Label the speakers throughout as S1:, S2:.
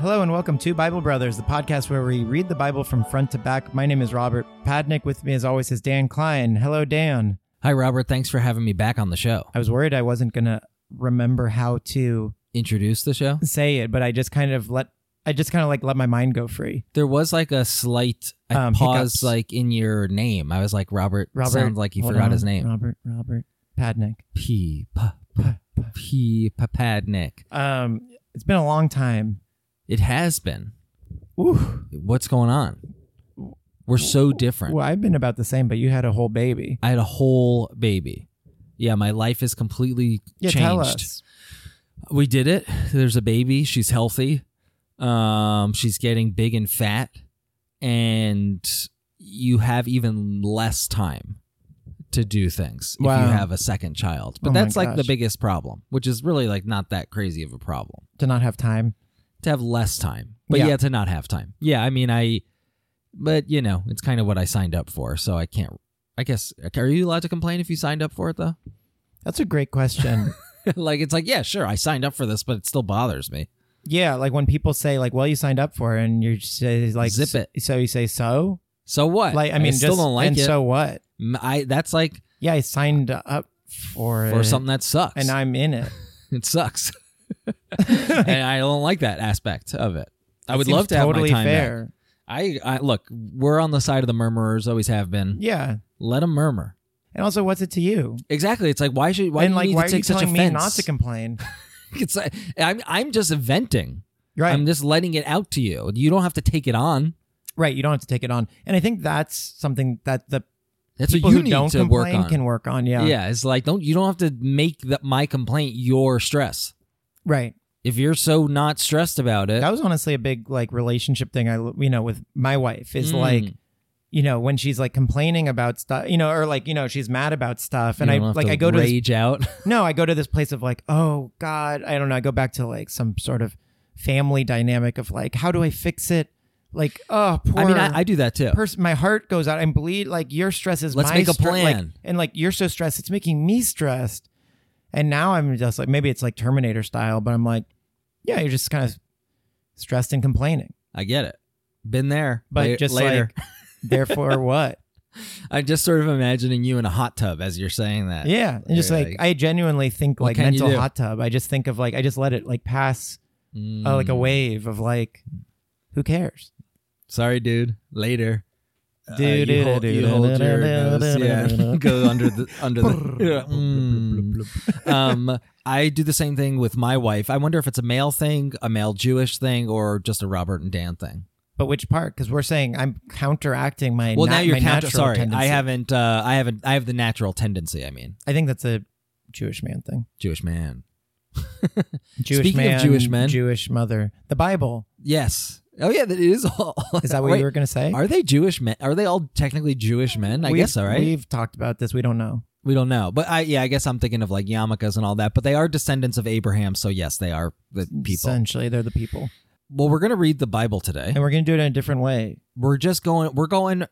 S1: Hello and welcome to Bible Brothers, the podcast where we read the Bible from front to back. My name is Robert Padnick. With me, as always, is Dan Klein. Hello, Dan.
S2: Hi, Robert. Thanks for having me back on the show.
S1: I was worried I wasn't going to remember how to
S2: Introduce the show.
S1: say it, but I just kind of let, I just kind of like let my mind go free.
S2: There was like a slight I
S1: Um,
S2: pause,
S1: hiccups.
S2: like in your name. I was like, Robert.
S1: Robert.
S2: sounds like you
S1: hold
S2: forgot
S1: on. Uh,
S2: his name.
S1: Robert, Robert Padnick.
S2: P. P. P- P. Papadnik.
S1: Um, it's been a long time.
S2: It has been.
S1: Ooh,
S2: What's going on? We're so different.
S1: well, I've been about the same, but you had a whole baby.
S2: I had a whole baby. Yeah, my life is completely
S1: Yeah,
S2: changed.
S1: tell us.
S2: We did it. There's a baby. She's healthy. Um, she's getting big and fat, and you have even less time to do things if
S1: Wow.
S2: you have a second child. But
S1: Oh my
S2: that's like the
S1: gosh.
S2: biggest problem, which is really like not that crazy of a problem
S1: To not have time.
S2: to have less time, but
S1: Yeah.
S2: yeah, to not have time. Yeah, I mean, I, but you know, it's kind of what I signed up for, so I can't. I guess are you allowed to complain if you signed up for it though?
S1: That's a great question.
S2: like it's like yeah, sure, I signed up for this, but it still bothers me.
S1: Yeah, like when people say like, "Well, you signed up for," it, and you say like,
S2: Zip it.
S1: So you say so.
S2: So what?
S1: Like, I mean,
S2: still
S1: just-
S2: don't like
S1: and
S2: it.
S1: so what?
S2: M- I that's like
S1: Yeah, I signed up for
S2: for
S1: it,
S2: something that sucks,
S1: Eh. and I'm in it.
S2: it sucks, and I don't like that aspect of it. I
S1: It
S2: would
S1: seems
S2: love to have
S1: totally
S2: my time back.
S1: fair.
S2: I, I look, we're on the side of the murmurers, always have been.
S1: Yeah,
S2: Let them murmur.
S1: and also, what's it to you?
S2: Exactly. It's like why should why
S1: and
S2: do you
S1: like,
S2: need
S1: why
S2: to
S1: are
S2: take
S1: you
S2: such
S1: telling
S2: offense?
S1: me not to complain?
S2: it's like, I'm I'm just venting.
S1: Right,
S2: I'm just letting it out to you. You don't have to take it on.
S1: right. You don't have to take it on, and I think that's something that the
S2: That's
S1: people
S2: what you
S1: who
S2: need
S1: don't
S2: to work
S1: complain
S2: on.
S1: can work on. Yeah,
S2: yeah. it's like don't you don't have to make the, my complaint your stress.
S1: right.
S2: If you're so not stressed about it,
S1: That was honestly a big like relationship thing. I you know with my wife is
S2: Mm.
S1: like you know, when she's like complaining about stuff, you know, or like, you know, she's mad about stuff. And
S2: You
S1: I
S2: don't have
S1: like,
S2: to
S1: I go to, this,
S2: rage out.
S1: no, I go to this place of like, oh God, I don't know. I go back to like some sort of family dynamic of like, how do I fix it? Like, oh, poor
S2: I mean, I, I do that too.
S1: person. My heart goes out and bleed. Like, your stress is
S2: Let's
S1: my
S2: make a
S1: stre- like-
S2: plan.
S1: and like, you're so stressed. It's making me stressed. And now I'm just like, maybe it's like Terminator style, but I'm like, yeah, you're just kind of stressed and complaining.
S2: I get it. Been there,
S1: But
S2: La-
S1: just
S2: later.
S1: like, therefore, what?
S2: I'm just sort of imagining you in a hot tub as you're saying that.
S1: Yeah, and just
S2: You're
S1: like,
S2: like,
S1: I genuinely think
S2: what
S1: like
S2: can you
S1: mental
S2: do?
S1: hot tub. I just think of like I just let it like pass
S2: Mm.
S1: uh, like a wave of like, who cares?
S2: Sorry, dude. Later. Uh,
S1: Do- do-
S2: you hold,
S1: do-
S2: you
S1: do-
S2: hold
S1: do-
S2: your
S1: do-
S2: nose,
S1: do-
S2: yeah.
S1: do- do-
S2: Go under the under the. Mm. um, I do the same thing with my wife. I wonder if it's a male thing, a male Jewish thing, or just a Robert and Dan thing.
S1: But which part? Because we're saying I'm counteracting my
S2: Well,
S1: na-
S2: now you're
S1: my
S2: counter.
S1: natural
S2: Sorry,
S1: tendency.
S2: I haven't. Uh, I haven't. I have the natural tendency. I mean,
S1: I think that's a Jewish man thing.
S2: Jewish man.
S1: Jewish
S2: Speaking of
S1: man,
S2: Jewish men-
S1: Jewish mother, the Bible.
S2: Yes. Oh yeah, that is all.
S1: Is that what
S2: Wait,
S1: you were gonna say?
S2: Are they Jewish men? Are they all technically Jewish men? I
S1: We've-
S2: guess so, right?
S1: We've talked about this. We don't know.
S2: we don't know, but I yeah, I guess I'm thinking of like yarmulkes and all that. But they are descendants of Abraham, so yes, they are the people.
S1: Essentially, they're the people,
S2: Well, we're gonna read the Bible today.
S1: and we're gonna do it in a different way.
S2: We're just going. We're going.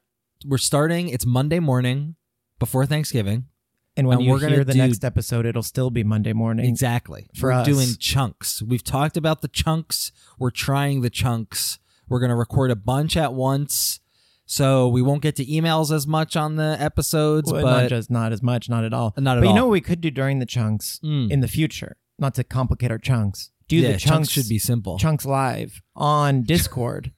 S2: We're starting. It's Monday morning before Thanksgiving.
S1: And when
S2: And
S1: you
S2: we're gonna
S1: hear the
S2: do-
S1: next episode, it'll still be Monday morning.
S2: Exactly.
S1: For
S2: we're
S1: us.
S2: doing chunks. We've talked about the chunks. We're trying the chunks. We're going to record a bunch at once. So we won't get to emails as much on the episodes,
S1: Well,
S2: but
S1: not just not as much, not at all.
S2: Not at
S1: but
S2: all.
S1: you know what we could do during the chunks
S2: Mm.
S1: in the future, not to complicate our chunks. Do
S2: yeah,
S1: the
S2: chunks,
S1: chunks,
S2: should be simple.
S1: chunks live on Discord,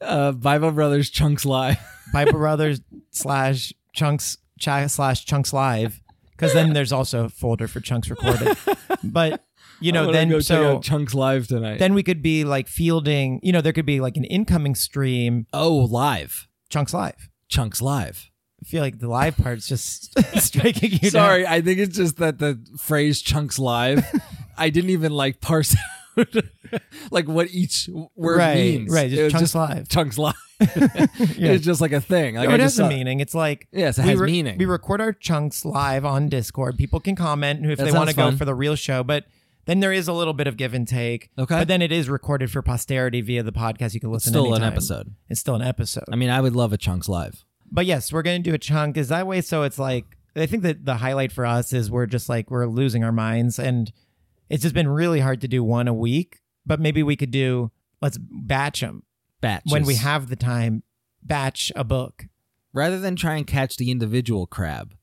S2: uh, Bible Brothers Chunks Live.
S1: Bible Brothers slash chunks cha- slash chunks live, because then there's also a folder for chunks recorded. But you know, then so
S2: Chunks Live tonight.
S1: then we could be like fielding. You know, there could be like an incoming stream
S2: oh, live.
S1: chunks live.
S2: Chunks Live.
S1: I feel like the live part's just striking you. down.
S2: Sorry, I think it's just that the phrase Chunks Live, I didn't even like parse out like what each word
S1: right,
S2: means.
S1: right, just
S2: It was
S1: chunks live.
S2: Chunks Live.
S1: Yeah.
S2: It's just like a thing. Like
S1: no, it
S2: I just
S1: has a
S2: saw-
S1: meaning. It's like
S2: Yes, it has
S1: we re-
S2: meaning.
S1: We record our chunks live on Discord. People can comment if
S2: That
S1: they want to
S2: sounds
S1: go
S2: fun.
S1: for the real show, but then there is a little bit of give and take.
S2: Okay.
S1: but then it is recorded for posterity via the podcast. You can listen.
S2: Still an
S1: anytime.
S2: episode.
S1: It's still an episode.
S2: I mean, I would love a chunks live.
S1: But yes, we're gonna do a chunk. Is that way? So it's like I think that the highlight for us is we're just like we're losing our minds, and it's just been really hard to do one a week. but maybe we could do let's batch them
S2: batches.
S1: when we have the time. Batch a book.
S2: rather than try and catch the individual crab,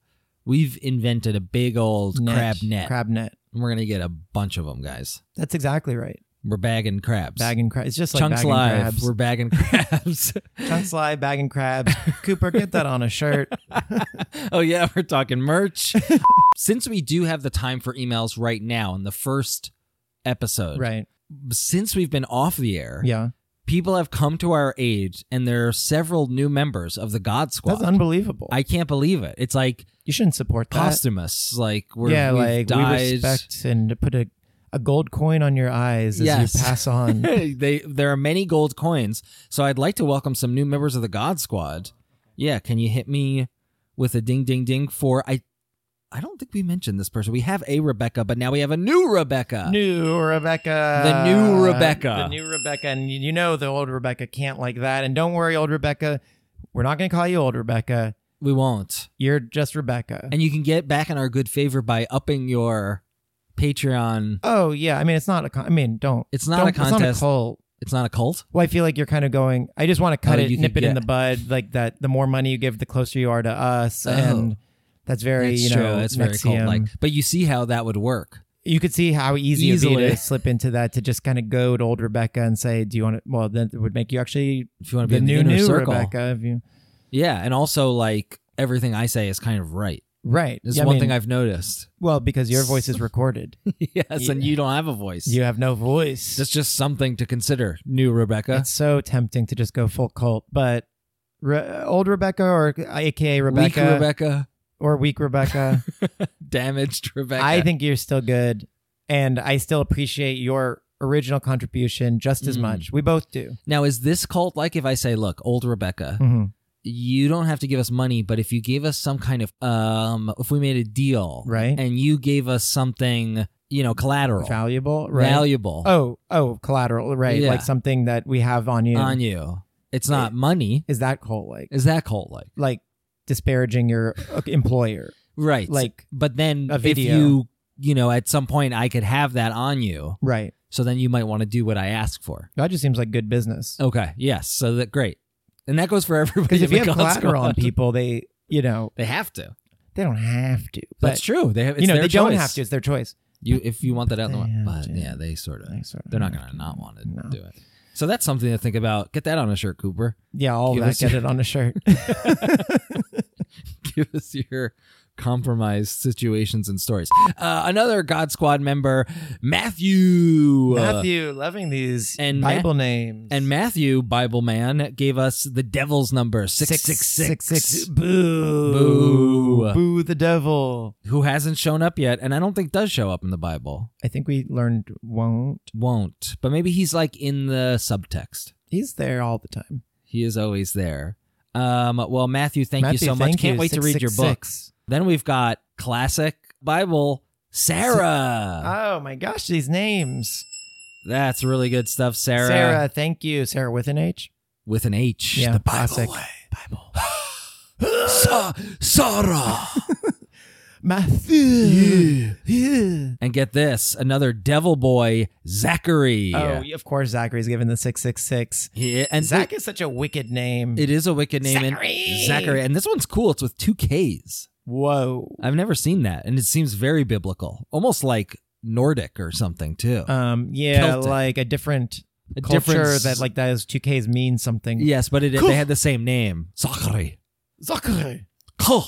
S2: we've invented a big old crab net.
S1: Crab net.
S2: And we're gonna get a bunch of them, guys.
S1: That's exactly right.
S2: We're bagging crabs.
S1: Bag and crab. It's just like
S2: Chunks
S1: bagging
S2: live.
S1: crabs.
S2: We're bagging crabs.
S1: Chunks live, bagging crabs. Cooper, get that on a shirt.
S2: oh yeah, we're talking merch. Since we do have the time for emails right now in the first episode,
S1: Right.
S2: since we've been off the air,
S1: Yeah.
S2: people have come to our aid, and there are several new members of the God Squad.
S1: That's unbelievable.
S2: I can't believe it. It's like
S1: you shouldn't support that.
S2: posthumous. Like we're
S1: yeah,
S2: we've
S1: like
S2: died.
S1: we respect and put a, a gold coin on your eyes as
S2: Yes.
S1: you pass on.
S2: they there are many gold coins, so I'd like to welcome some new members of the God Squad. Yeah, can you hit me with a ding ding ding for I I don't think we mentioned this person. We have a Rebecca, but now we have a new Rebecca.
S1: new Rebecca.
S2: The new Rebecca.
S1: The new Rebecca. And you know the old Rebecca can't like that. And don't worry, old Rebecca. We're not going to call you old Rebecca.
S2: we won't.
S1: You're just Rebecca.
S2: And you can get back in our good favor by upping your Patreon.
S1: oh, yeah. I mean, it's not a con- I mean, don't.
S2: It's not
S1: don't-
S2: a contest.
S1: It's not a cult.
S2: It's not a cult.
S1: Well, I feel like you're kind of going. I just want to cut
S2: Oh,
S1: it,
S2: you
S1: nip
S2: could
S1: it in
S2: get-
S1: the bud, like that. The more money you give, the closer you are to us,
S2: Oh.
S1: and that's very,
S2: That's
S1: you
S2: true.
S1: know,
S2: That's very cult
S1: Nexium.
S2: like. But you see how that would work.
S1: You could see how easy it'd be
S2: Easily.
S1: to slip into that to just kind of goad old Rebecca and say, "Do you want to?" Well, then it would make you actually
S2: If you want to
S1: the
S2: be in
S1: new
S2: the inner
S1: new
S2: circle.
S1: Rebecca. If you
S2: Yeah, and also like everything I say is kind of right.
S1: right,
S2: This is
S1: Yeah, I
S2: one
S1: mean,
S2: thing I've noticed.
S1: well because your voice is recorded.
S2: yes, and you don't have a voice.
S1: you have no voice.
S2: That's just something to consider, new Rebecca.
S1: it's so tempting to just go full cult, but re- old Rebecca or AKA Rebecca,
S2: Weak Rebecca,
S1: or weak Rebecca.
S2: damaged Rebecca.
S1: I think you're still good, and I still appreciate your original contribution just as
S2: Mm.
S1: much. We both do.
S2: now is this cult like if I say, look, old Rebecca,
S1: Mm.
S2: you don't have to give us money, but if you gave us some kind of um if we made a deal
S1: Right.
S2: and you gave us something, you know, collateral.
S1: Valuable, right?
S2: Valuable
S1: Oh, oh, collateral, right?
S2: Yeah.
S1: Like something that we have on you.
S2: on you. It's not money.
S1: Is that cult like?
S2: Is that cult like?
S1: Like disparaging your uh, employer?
S2: Right.
S1: Like
S2: but then
S1: a
S2: if
S1: video.
S2: you you know, at some point I could have that on you.
S1: right?
S2: So then you might want to do what I ask for.
S1: That just seems like good business.
S2: Okay. Yes. So that great, and that goes for everybody.
S1: Because if
S2: in
S1: you
S2: the
S1: have
S2: God's
S1: collateral on
S2: squad.
S1: people, they you know
S2: they have to.
S1: they don't have to. But
S2: That's true. They have. It's
S1: you know
S2: their
S1: they
S2: choice.
S1: don't have to. It's their choice.
S2: You, if you want that out in the
S1: They
S2: world,
S1: have
S2: but
S1: to.
S2: yeah, they sort of.
S1: They sort of
S2: They're not
S1: have
S2: going to not want to
S1: No.
S2: do it. So that's something to think about. Get that on a shirt, Cooper.
S1: Yeah, all of
S2: Give
S1: that.
S2: us
S1: Get
S2: your-
S1: it on a shirt.
S2: Give us your compromised situations and stories. Uh, another God Squad member, Matthew.
S1: Matthew, loving these
S2: uh, and Ma-
S1: Bible names
S2: And Matthew, Bible man, gave us the devil's number
S1: Six six six six. Boo.
S2: Boo.
S1: Boo the devil.
S2: who hasn't shown up yet, and I don't think does show up in the Bible.
S1: I think we learned won't.
S2: Won't, but maybe he's like in the subtext.
S1: He's there all the time.
S2: He is always there. Um, well, Matthew, thank
S1: Matthew,
S2: you so much.
S1: thank
S2: Can't
S1: you.
S2: wait to
S1: Six,
S2: read
S1: six,
S2: your book.
S1: six.
S2: Then we've got classic Bible Sarah.
S1: Oh my gosh, these names.
S2: That's really good stuff, Sarah.
S1: Sarah, thank you. Sarah with an H.
S2: with an H.
S1: Yeah,
S2: the Bible
S1: classic.
S2: way. Bible. Sa- Sarah.
S1: Matthew. Yeah.
S2: and get this, another devil boy, Zachary.
S1: Oh, of course, Zachary's given the 666.
S2: yeah, and
S1: Zach is such a wicked name.
S2: It is a wicked name. and-
S1: Zachary.
S2: Zachary. And this one's cool. It's with two K's.
S1: Whoa.
S2: I've never seen that. And it seems very biblical, almost like Nordic or something, too.
S1: Um, yeah,
S2: Uh, Celtic.
S1: like a different
S2: a
S1: culture
S2: difference-
S1: that like those two Ks mean something.
S2: Yes, but it,
S1: Cool.
S2: they had the same name. Zachary.
S1: Zachary.
S2: Cool.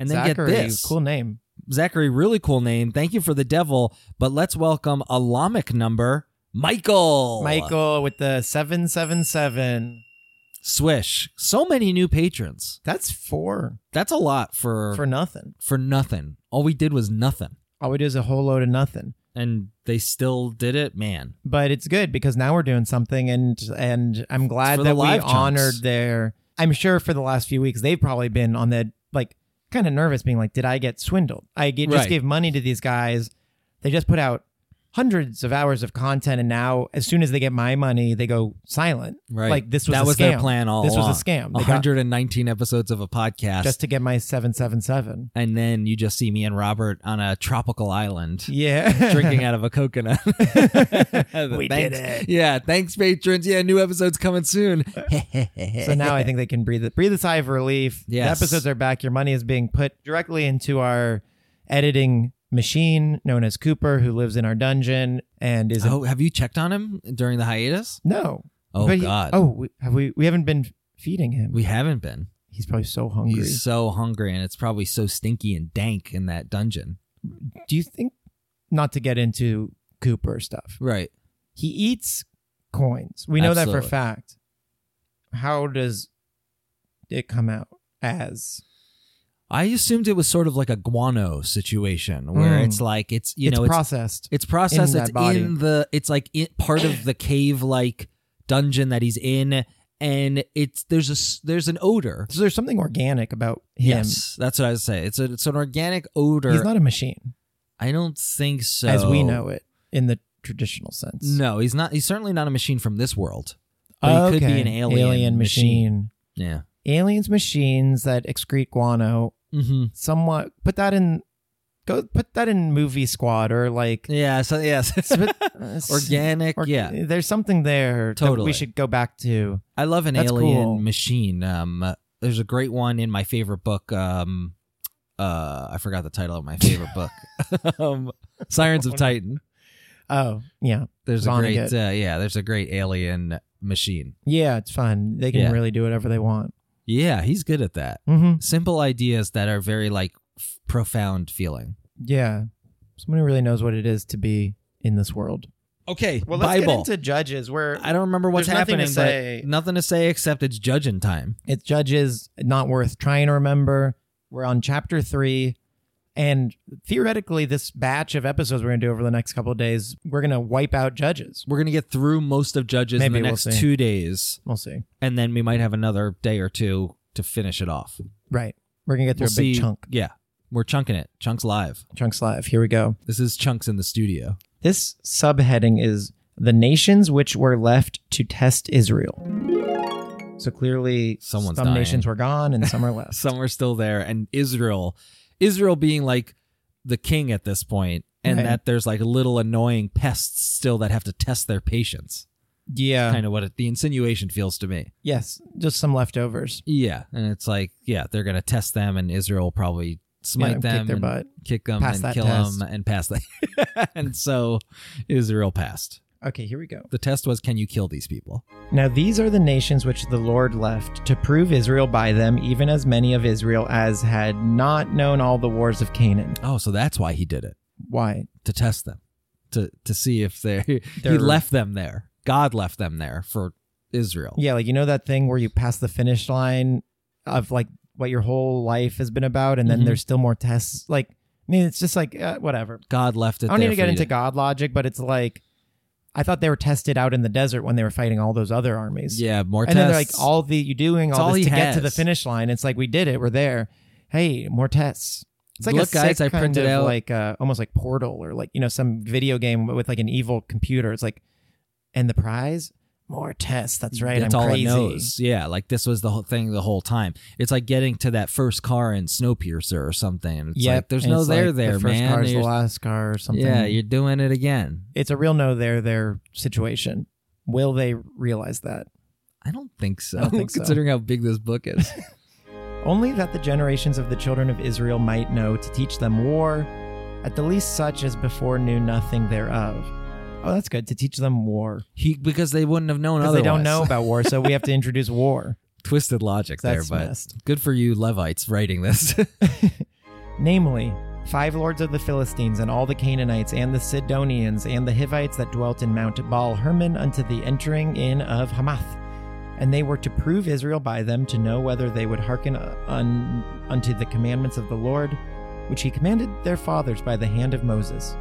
S2: And then
S1: Zachary,
S2: get this.
S1: cool name.
S2: Zachary, really cool name. Thank you for the devil. But let's welcome a Lamech number, Michael.
S1: Michael with the 777.
S2: Swish. So many new patrons.
S1: That's four
S2: That's a lot for,
S1: for
S2: for,
S1: nothing.
S2: nothing. All we did was nothing.
S1: All we do is a whole load of nothing.
S2: And they still did it, man.
S1: But it's good because now we're doing something and and I'm glad
S2: for the
S1: that we
S2: live chunks.
S1: honored their I'm sure for the last few weeks they've probably been on the like kind of nervous being like, Did I get swindled? I g- just
S2: Right.
S1: gave money to these guys. They just put out hundreds of hours of content, and now as soon as they get my money, they go silent.
S2: Right.
S1: Like this was
S2: that
S1: a
S2: was
S1: scam.
S2: their plan all
S1: This was a
S2: along.
S1: scam. They got-
S2: 119 episodes of a podcast,
S1: just to get my seven seven seven.
S2: and then you just see me and Robert on a tropical island.
S1: Yeah,
S2: Drinking out of a coconut. we
S1: did it.
S2: Yeah, thanks, patrons. Yeah, new episodes coming soon.
S1: So now I think they can breathe it. Breathe a sigh of relief.
S2: Yes.
S1: The episodes are back. Your money is being put directly into our editing machine known as Cooper, who lives in our dungeon and is a-
S2: oh, have you checked on him during the hiatus?
S1: no.
S2: Oh
S1: But he-
S2: God,
S1: oh, we, have we? We haven't been feeding him.
S2: we haven't been.
S1: He's probably so hungry.
S2: He's so hungry, and it's probably so stinky and dank in that dungeon.
S1: Do you think? Not to get into Cooper stuff.
S2: Right.
S1: He eats coins. We know that for
S2: Absolutely.
S1: a fact. How does it come out as?
S2: I assumed it was sort of like a guano situation where
S1: Mm.
S2: it's like it's you
S1: it's
S2: know it's
S1: processed.
S2: it's processed.
S1: in that
S2: it's
S1: body.
S2: in the it's like in, part of the cave like dungeon that he's in, and it's there's a s- there's an odor.
S1: so there's something organic about him.
S2: Yes, that's what I was saying. It's a, it's an organic odor.
S1: He's not a machine
S2: I don't think so.
S1: as we know it in the traditional sense.
S2: No, he's not. He's certainly not a machine from this world.
S1: Oh,
S2: But he could be an alien machine.
S1: machine.
S2: Yeah.
S1: Aliens machines that excrete guano.
S2: Mm-hmm.
S1: Somewhat put that in go put that in movie squad or like
S2: Yeah. So yes,
S1: it's a bit- it's-
S2: organic.
S1: or-
S2: yeah,
S1: There's something there that
S2: Totally.
S1: we should go back to.
S2: I love an
S1: That's
S2: alien
S1: cool.
S2: machine. Um, uh, there's a great one in my favorite book. Um, uh, I forgot the title of my favorite book. um, Sirens of Titan.
S1: Oh, yeah.
S2: There's a great,
S1: Vonnegut.
S2: uh, yeah. There's a great alien machine.
S1: Yeah, it's fun. They can
S2: Yeah.
S1: really do whatever they want.
S2: Yeah, he's good at that.
S1: Mm-hmm.
S2: Simple ideas that are very like f- profound feeling.
S1: Yeah. Someone who really knows what it is to be in this world.
S2: Okay,
S1: Well, let's get
S2: Bible.
S1: into judges where
S2: I don't remember what's
S1: There's nothing to
S2: happening,
S1: say.
S2: but nothing to say except it's judging time.
S1: It's judges, not worth trying to remember. We're on chapter three. And theoretically, this batch of episodes we're going to do over the next couple of days, we're going to wipe out judges.
S2: We're gonna get through most of judges in
S1: Maybe
S2: the
S1: we'll
S2: next
S1: see.
S2: two days.
S1: We'll see.
S2: and then we might have another day or two to finish it off.
S1: Right. We're going to get through
S2: We'll
S1: a big
S2: see.
S1: chunk.
S2: Yeah, we're chunking it. Chunks live.
S1: Chunks live. Here we go.
S2: This is chunks in the studio.
S1: This subheading is The Nations Which Were Left to Test Israel. So clearly,
S2: Someone's
S1: some
S2: dying.
S1: nations were gone and some are left.
S2: Some are still there, and Israel, Israel being like the king at this point, and
S1: Right.
S2: that there's like little annoying pests still that have to test their patience.
S1: yeah.
S2: Kind of what it, the insinuation feels to me.
S1: Yes. Just some leftovers.
S2: Yeah, and it's like yeah, they're gonna test them, and Israel will probably smite
S1: Yeah, kick
S2: them,
S1: their
S2: and
S1: butt.
S2: kick them,
S1: Pass
S2: and
S1: that
S2: kill
S1: test.
S2: them, and pass that. and so Israel passed.
S1: Okay, here we go.
S2: The test was, can you kill these people?
S1: Now these are the nations which the Lord left to prove Israel by them, even as many of Israel as had not known all the wars of Canaan.
S2: Oh, so that's why he did it
S1: Why?
S2: to test them, to to see if they he
S1: They're-
S2: left them there. God left them there for Israel.
S1: Yeah, like you know that thing where you pass the finish line of like what your whole life has been about, and then
S2: Mhm.
S1: there's still more tests. Like, I mean, it's just like uh, whatever.
S2: God left it.
S1: I don't
S2: there
S1: need to
S2: for
S1: get
S2: you
S1: into God logic, but it's like I thought they were tested out in the desert when they were fighting all those other armies.
S2: Yeah, more
S1: and then they're like,
S2: tests.
S1: all the you doing
S2: It's
S1: all
S2: all
S1: this
S2: he
S1: to get to the
S2: has.
S1: finish line. It's like we did it. We're there. Hey, more tests. It's like
S2: Look,
S1: a
S2: guys,
S1: sick
S2: I
S1: kind
S2: printed
S1: of
S2: out-
S1: like uh, almost like Portal or like you know some video game with like an evil computer. It's like, and the prize, more tests. That's right.
S2: That's
S1: I'm
S2: all
S1: crazy.
S2: it knows. Yeah, like this was the whole thing the whole time. It's like getting to that first car in Snowpiercer or something. It's
S1: Yep,
S2: like there's
S1: and
S2: no
S1: it's
S2: there
S1: like
S2: there,
S1: the first
S2: man.
S1: Car's the
S2: You're-
S1: last car or something.
S2: yeah, you're doing it again.
S1: it's a real no there there situation. Will they realize that?
S2: I don't think so.
S1: I don't think so.
S2: considering how big this book is.
S1: only that the generations of the children of Israel might know to teach them war, at the least such as before knew nothing thereof. Oh, that's good to teach them war
S2: he because they wouldn't have known
S1: because
S2: otherwise.
S1: they don't know about war, so we have to introduce war.
S2: Twisted logic there,
S1: That's
S2: but
S1: messed.
S2: good for you Levites writing this.
S1: Namely, five lords of the Philistines and all the Canaanites and the Sidonians and the Hivites that dwelt in Mount Baal Hermon unto the entering in of Hamath. And they were to prove Israel by them to know whether they would hearken un- unto the commandments of the Lord, which he commanded their fathers by the hand of Moses.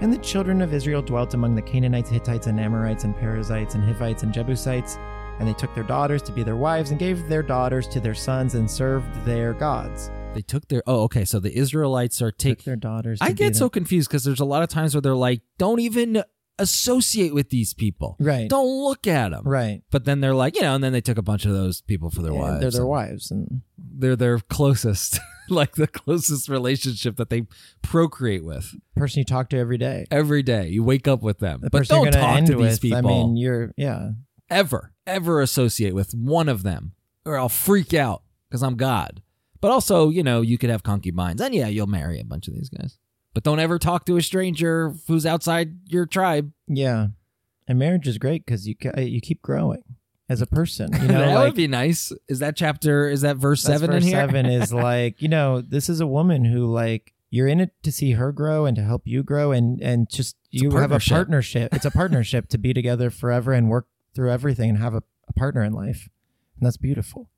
S1: And the children of Israel dwelt among the Canaanites, Hittites, and Amorites, and Perizzites, and Hivites, and Jebusites. And they took their daughters to be their wives, and gave their daughters to their sons, and served their gods.
S2: They took their. Oh, okay. So the Israelites are
S1: Took
S2: taking.
S1: their daughters. to
S2: I
S1: be
S2: get so
S1: them.
S2: confused because there's a lot of times where they're like, don't even associate with these people.
S1: right,
S2: Don't look at them.
S1: right.
S2: But then they're like, you know, and then they took a bunch of those people for their
S1: Yeah,
S2: wives.
S1: They're their wives, and
S2: They're their closest, like the closest relationship that they procreate with
S1: person you talk to every day.
S2: every day. You wake up with them,
S1: The
S2: but
S1: person you're
S2: don't
S1: gonna
S2: talk
S1: end
S2: to these
S1: with,
S2: people
S1: I mean, you're yeah.
S2: ever, ever associate with one of them, or I'll freak out because I'm God. But also, you know, you could have concubines, and yeah, you'll marry a bunch of these guys. But don't ever talk to a stranger who's outside your tribe.
S1: Yeah, and marriage is great because you ca- uh, you keep growing as a person. You know,
S2: that
S1: like
S2: would be nice. Is that chapter? Is that verse
S1: that's
S2: seven
S1: verse
S2: in here?
S1: seven is like you know this is a woman who like you're in it to see her grow and to help you grow and and just
S2: a
S1: you have a
S2: partnership.
S1: partnership. It's a partnership to be together forever and work through everything and have a, a partner in life, and that's beautiful.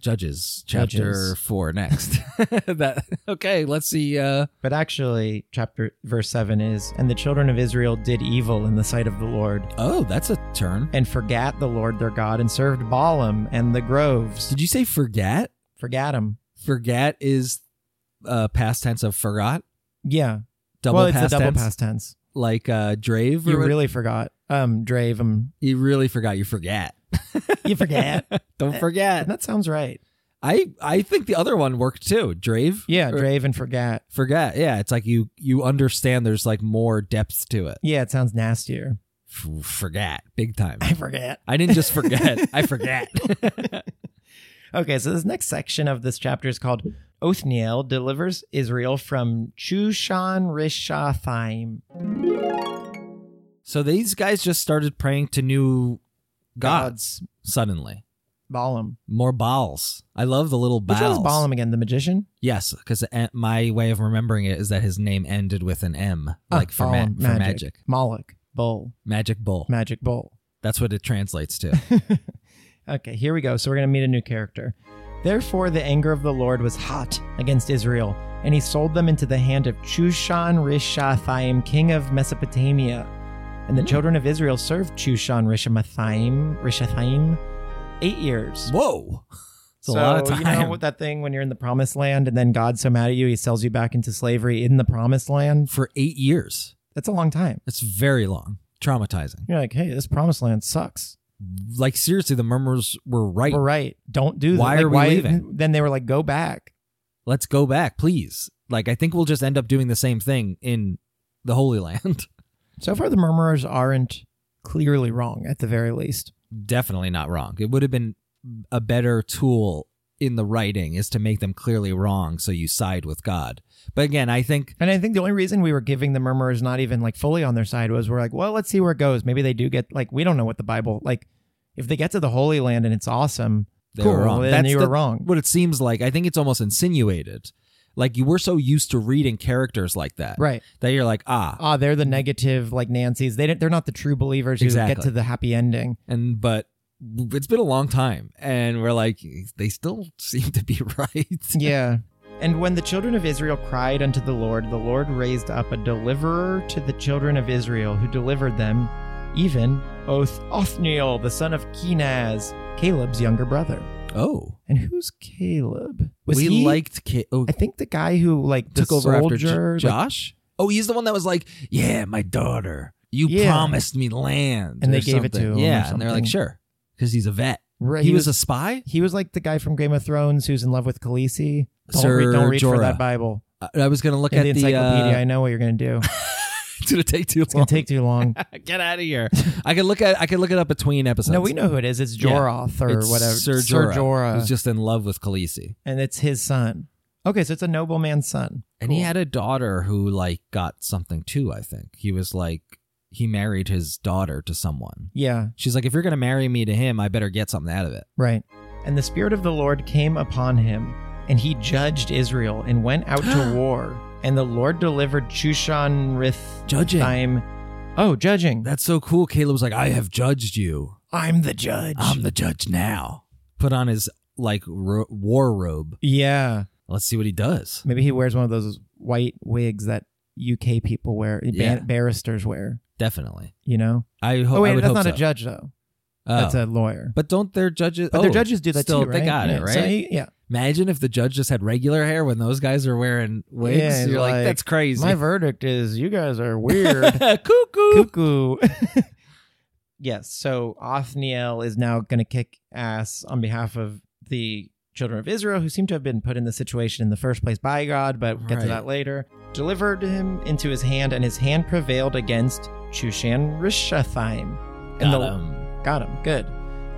S2: Judges chapter
S1: Judges.
S2: four next. that okay? Let's see. Uh,
S1: But actually, chapter verse seven is, and the children of Israel did evil in the sight of the Lord.
S2: oh, that's a turn.
S1: and forgat the Lord their God and served Balaam and the groves.
S2: Did you say forget?
S1: Forgat him.
S2: Forget is uh, past tense of forgot.
S1: Yeah.
S2: Double
S1: well, it's
S2: past
S1: a double
S2: tense,
S1: past tense.
S2: like uh, drave.
S1: You
S2: or
S1: really forgot. Um, Drave him.
S2: You really forgot. You forget.
S1: You forget.
S2: Don't forget.
S1: and that sounds right.
S2: I I think the other one worked too. Drave.
S1: Yeah,
S2: Or-
S1: Drave and forgat.
S2: Forget. Yeah, it's like you you understand. There's like more depth to it.
S1: Yeah, it sounds nastier.
S2: F- forget big time.
S1: I forget.
S2: I didn't just forget. I forget.
S1: Okay, so this next section of this chapter is called Othniel delivers Israel from Chushan Rishathaim.
S2: so these guys just started praying to new gods, suddenly.
S1: Balaam.
S2: More Baals. I love the little
S1: Which one
S2: Baals.
S1: is Balaam again? The magician?
S2: Yes, because my way of remembering it is that his name ended with an M, like
S1: Ah,
S2: for, ma-
S1: Balaam,
S2: for magic. magic.
S1: Moloch. Bull.
S2: Bull.
S1: Magic bull.
S2: That's what it translates to.
S1: Okay, here we go. So we're going to meet a new character. Therefore, the anger of the Lord was hot against Israel, and he sold them into the hand of Chushan Rishathaim, king of Mesopotamia. And the
S2: Hmm.
S1: children of Israel served Chushan Rishamathaim, Rishathaim eight years.
S2: Whoa. It's a lot of
S1: So,
S2: time.
S1: You know what that thing when you're in the promised land and then God's so mad at you, he sells you back into slavery in the promised land?
S2: for eight years.
S1: That's a long time.
S2: It's very long. Traumatizing.
S1: You're like, hey, this promised land sucks.
S2: Like seriously, the murmurs were right.
S1: We're right. Don't do that.
S2: Why
S1: Like,
S2: are we leaving?
S1: Then they were like, go back.
S2: Let's go back, please. Like I think we'll just end up doing the same thing in the Holy Land.
S1: So far, the murmurers aren't clearly wrong, at the very least.
S2: Definitely not wrong. It would have been a better tool in the writing is to make them clearly wrong so you side with God. But again, I think
S1: And I think the only reason we were giving the murmurers not even like fully on their side was we're like, well, let's see where it goes. Maybe they do get like we don't know what the Bible like. If they get to the Holy Land and it's awesome,
S2: they
S1: cool,
S2: were wrong.
S1: then
S2: That's
S1: you
S2: the-
S1: were wrong.
S2: what it seems like. I think it's almost insinuated. Like you were so used to reading characters like that
S1: Right?
S2: that you're like, ah,
S1: Ah, they're the negative, like Nancy's. They didn't, they're not the true believers who
S2: Exactly.
S1: get to the happy ending.
S2: and but it's been a long time and we're like they still seem to be right
S1: Yeah. And when the children of Israel cried unto the Lord, the Lord raised up a deliverer to the children of Israel, who delivered them, even Oth- Othniel, the son of Kenaz, Caleb's younger brother.
S2: oh
S1: And who's Caleb? Was
S2: we
S1: he
S2: liked Ca- oh,
S1: I think the guy who like the
S2: took over after J-
S1: soldier, like-
S2: josh oh he's the one that was like yeah my daughter you
S1: Yeah.
S2: promised me land
S1: And
S2: or
S1: they gave it to
S2: something.
S1: him or
S2: yeah and they're like
S1: something.
S2: sure because he's a vet
S1: right,
S2: he, was, a spy
S1: he was like the guy from Game of Thrones who's in love with Khaleesi. Don't
S2: Sir
S1: read, don't read for
S2: Jorah.
S1: that Bible.
S2: I, I was gonna look
S1: In
S2: at
S1: the
S2: the,
S1: encyclopedia,
S2: uh,
S1: I know what you're gonna do.
S2: it's gonna take too
S1: It's
S2: long
S1: gonna take too long.
S2: get out of here i could look at i could look it up between episodes
S1: no, we know uh, who it is. It's
S2: Yeah.
S1: Joroth or
S2: It's
S1: whatever.
S2: Sir Jorah, who's just in love with Khaleesi.
S1: and it's his son. Okay, so it's a nobleman's son.
S2: And he
S1: Cool.
S2: had a daughter who like got something too, I think. He was like he married his daughter to someone.
S1: Yeah,
S2: She's like, if you're gonna marry me to him, I better get something out of it.
S1: right. And the spirit of the Lord came upon him, and he judged Israel and went out to war. And the Lord delivered Chushan Rith
S2: Judging.
S1: time. Oh, judging.
S2: That's so cool. Caleb was like, I have judged you.
S1: I'm the judge.
S2: I'm the judge now. Put on his like ro- war robe.
S1: yeah.
S2: Let's see what he does.
S1: Maybe he wears one of those white wigs that UK people wear, ban-
S2: Yeah.
S1: barristers wear,
S2: Definitely.
S1: you know?
S2: I hope.
S1: oh,
S2: I
S1: wait,
S2: would
S1: that's
S2: hope
S1: not
S2: so.
S1: a judge, though.
S2: Oh.
S1: That's a lawyer.
S2: But don't their judges?
S1: But
S2: oh,
S1: their judges do that
S2: still,
S1: too,
S2: They
S1: right?
S2: got
S1: yeah.
S2: it right.
S1: So he- yeah.
S2: Imagine if the judge just had regular hair when those guys are wearing wigs.
S1: Yeah,
S2: You're like,
S1: like,
S2: that's crazy.
S1: My verdict is you guys are weird.
S2: Cuckoo.
S1: cuckoo. yes, so Othniel is now going to kick ass on behalf of the children of Israel, who seem to have been put in this situation in the first place by God, but we'll get to
S2: Right.
S1: that later. Delivered him into his hand, and his hand prevailed against Shushan Rishathaim. And
S2: Got
S1: the,
S2: 'em.
S1: Got him. Good.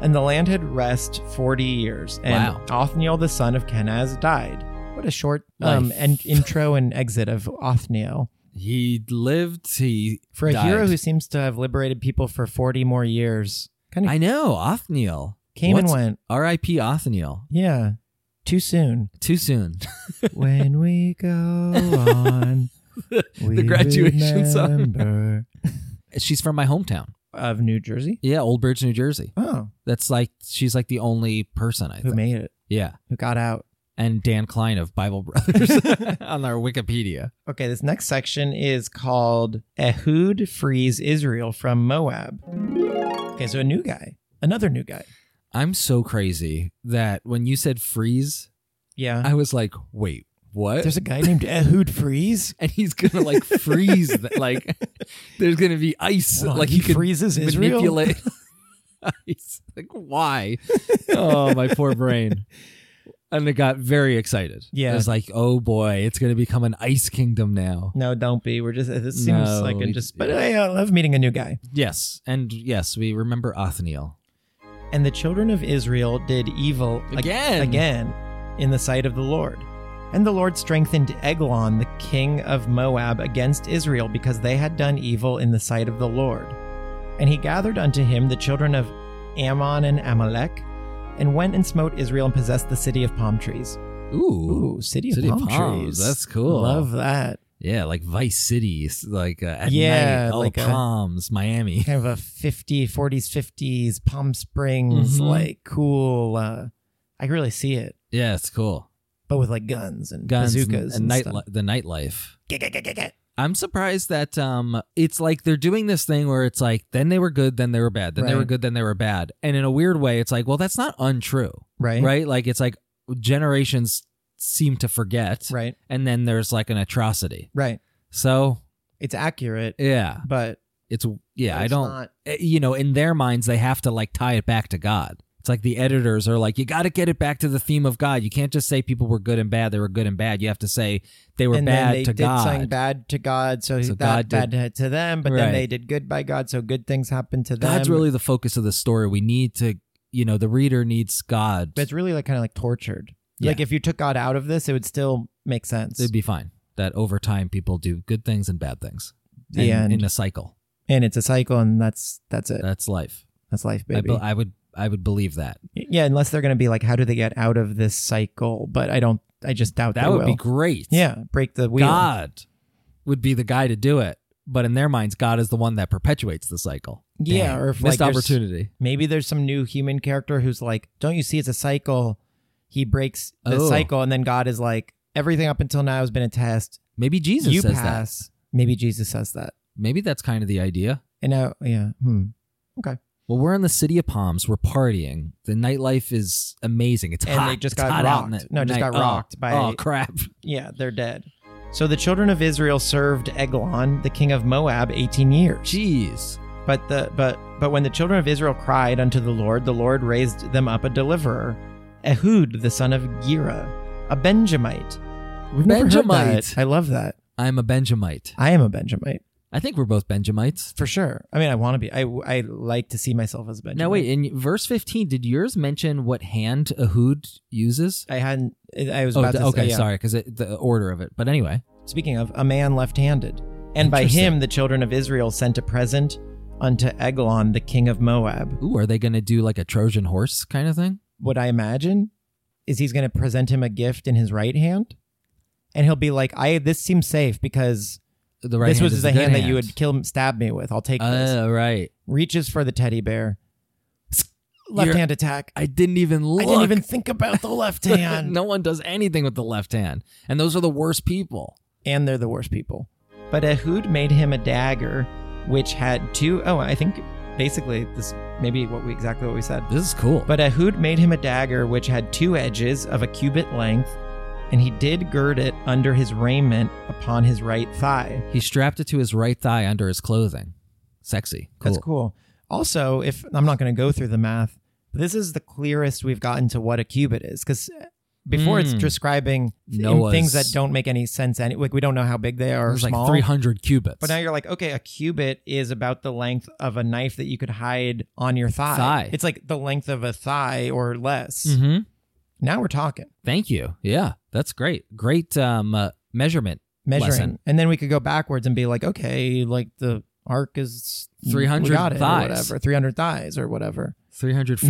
S1: And the land had rest 40 years. And
S2: Wow.
S1: Othniel, the son of Kenaz, died. What a short um,
S2: Life.
S1: and intro and exit of Othniel.
S2: He lived. He
S1: For a
S2: died.
S1: hero who seems to have liberated people for 40 more years, kind of
S2: I know Othniel
S1: came and
S2: what's-
S1: went.
S2: R.I.P. Othniel.
S1: Yeah. Too soon.
S2: Too soon.
S1: when we go on, we
S2: graduation song.
S1: remember.
S2: She's from my hometown.
S1: Of New Jersey?
S2: Yeah, Old Bridge, New Jersey.
S1: Oh,
S2: That's like she's like the only person I
S1: who
S2: think.
S1: made it?
S2: yeah,
S1: Who got out?
S2: and Dan Klein of Bible Brothers on our Wikipedia.
S1: Okay, this next section is called Ehud Frees Israel from Moab. Okay, so a new guy, another new guy.
S2: I'm so crazy that when you said freeze,
S1: Yeah.
S2: I was like, wait, what?
S1: There's a guy named Ehud Frees.
S2: and he's gonna like freeze. th- like there's gonna be ice.
S1: Well,
S2: like
S1: he,
S2: he could
S1: freezes Israel.
S2: manipulate ice. Like why? oh, my poor brain. And it got very excited.
S1: Yeah.
S2: I was like, oh boy, it's gonna become an ice kingdom now.
S1: No, don't be. We're just, this seems
S2: No,
S1: like a
S2: we-
S1: just, but hey, I love meeting a new guy.
S2: Yes, and yes, we remember Othniel
S1: And the children of Israel did evil ag-
S2: again.
S1: again in the sight of the Lord. And the Lord strengthened Eglon, the king of Moab, against Israel because they had done evil in the sight of the Lord. And he gathered unto him the children of Ammon and Amalek, and went and smote Israel and possessed the city of palm trees.
S2: Ooh,
S1: Ooh, city of
S2: City of
S1: palm
S2: Palms,
S1: trees.
S2: that's cool.
S1: Love that.
S2: yeah, like Vice City, s- like uh, at
S1: Yeah,
S2: night, all
S1: like a-
S2: palms, Miami.
S1: Kind of a 50, 40s, 50s, Palm Springs,
S2: Mhm.
S1: like cool. Uh, I can really see it,
S2: Yeah, it's cool.
S1: but with like guns and
S2: Guns and-
S1: bazookas
S2: and,
S1: and,
S2: night
S1: stuff.
S2: the nightlife.
S1: Get, get, get, get, get.
S2: I'm surprised that um it's like they're doing this thing where it's like then they were good, then they were bad, then they were
S1: Right.
S2: good, then they were bad. And in a weird way, it's like, well, that's not untrue.
S1: Right.
S2: Right? Like it's like generations seem to forget
S1: Right.
S2: and then there's like an atrocity.
S1: Right.
S2: So,
S1: It's accurate,
S2: yeah.
S1: but
S2: It's yeah, I
S1: it's
S2: don't
S1: not-
S2: eh, you know, in their minds they have to like tie it back to God. It's like the editors are like, you got to get it back to the theme of God. You can't just say people were good and bad. They were good and bad. You have to say they were
S1: and then
S2: bad
S1: they
S2: to
S1: did something
S2: God.
S1: bad to God, so,
S2: So
S1: that
S2: God
S1: bad
S2: did-
S1: to them. But then
S2: Right.
S1: they did good by God, so good things happened to them.
S2: God's really the focus of the story. We need to, you know, the reader needs God.
S1: but it's really like kind of like tortured.
S2: Yeah.
S1: Like if you took God out of this, it would still make sense.
S2: It'd be fine that over time people do good things and bad things.
S1: The
S2: And
S1: end.
S2: in a cycle.
S1: and it's a cycle, and that's that's it.
S2: That's life.
S1: That's life,
S2: I,
S1: baby.
S2: be- I would I would believe that.
S1: yeah, unless they're gonna be like, how do they get out of this cycle? But I don't. I just doubt
S2: That
S1: they
S2: would
S1: will.
S2: be great.
S1: yeah, break the wheel.
S2: God would be the guy to do it. But in their minds, God is the one that perpetuates the cycle.
S1: Yeah,
S2: Dang.
S1: or if, like,
S2: missed
S1: there's-
S2: opportunity.
S1: Maybe there's some new human character who's like, don't you see it's a cycle? He breaks the
S2: Oh.
S1: cycle, and then God is like, everything up until now has been a test.
S2: Maybe Jesus
S1: you
S2: says that.
S1: pass. Maybe Jesus says that.
S2: Maybe that's kind of the idea.
S1: And now, yeah, hmm.
S2: Well, we're in the city of palms. We're partying. The nightlife is amazing. It's
S1: And
S2: hot.
S1: they just
S2: It's
S1: got
S2: hot out in
S1: rocked.
S2: the
S1: No, just
S2: night.
S1: got
S2: Oh.
S1: rocked by-
S2: Oh crap!
S1: yeah, they're dead. So the children of Israel served Eglon, the king of Moab, eighteen years.
S2: Jeez.
S1: But the but but when the children of Israel cried unto the Lord, the Lord raised them up a deliverer, Ehud the son of Gera, a Benjamite. We've never heard that.
S2: Benjamite.
S1: I love that.
S2: I'm a Benjamite.
S1: I am a Benjamite
S2: I think we're both Benjamites.
S1: for sure. I mean, I want to be. I I like to see myself as a Benjamite.
S2: Now wait, in verse 15, did yours mention what hand Ahud uses?
S1: I hadn't. I was
S2: Oh,
S1: about
S2: d-
S1: to.
S2: okay,
S1: say, yeah.
S2: sorry, because the order of it. But anyway,
S1: Speaking of a man left-handed, and by
S2: Interesting.
S1: him the children of Israel sent a present unto Eglon the king of Moab.
S2: ooh, are they going to do like a Trojan horse kind of thing?
S1: what I imagine is he's going to present him a gift in his right hand, and he'll be like, "I this seems safe because
S2: The right
S1: this was
S2: is
S1: the
S2: good
S1: hand, that you would kill, stab me with. I'll take this."
S2: Oh, right.
S1: Reaches for the teddy bear, left hand attack.
S2: I didn't even look.
S1: I didn't even think about the left hand.
S2: no one does anything with the left hand, and those are the worst people.
S1: and they're the worst people. But Ehud made him a dagger, which had two. Oh, I think basically this maybe what we exactly what we said.
S2: This is cool.
S1: But Ehud made him a dagger which had two edges of a cubit length, and he did gird it under his raiment upon his right thigh.
S2: he strapped it to his right thigh under his clothing. Sexy. Cool.
S1: That's cool. Also, if I'm not going to go through the math, but this is the clearest we've gotten to what a cubit is because before it's
S2: Mm.
S1: describing th- in
S2: Noah's-
S1: things that don't make any sense. Any like we don't know how big they are or
S2: There's like
S1: small.
S2: 300 cubits.
S1: but now you're like, okay, a cubit is about the length of a knife that you could hide on your thigh.
S2: Thigh.
S1: It's like the length of a thigh or less.
S2: hmm
S1: Now we're talking
S2: Thank you. Yeah, that's great. Great um, uh, measurement.
S1: measuring,
S2: Lesson.
S1: and then we could go backwards and be like, okay, like the arc is we
S2: 300
S1: got it, or
S2: thighs.
S1: whatever, 300 thighs or whatever.
S2: 300
S1: Max.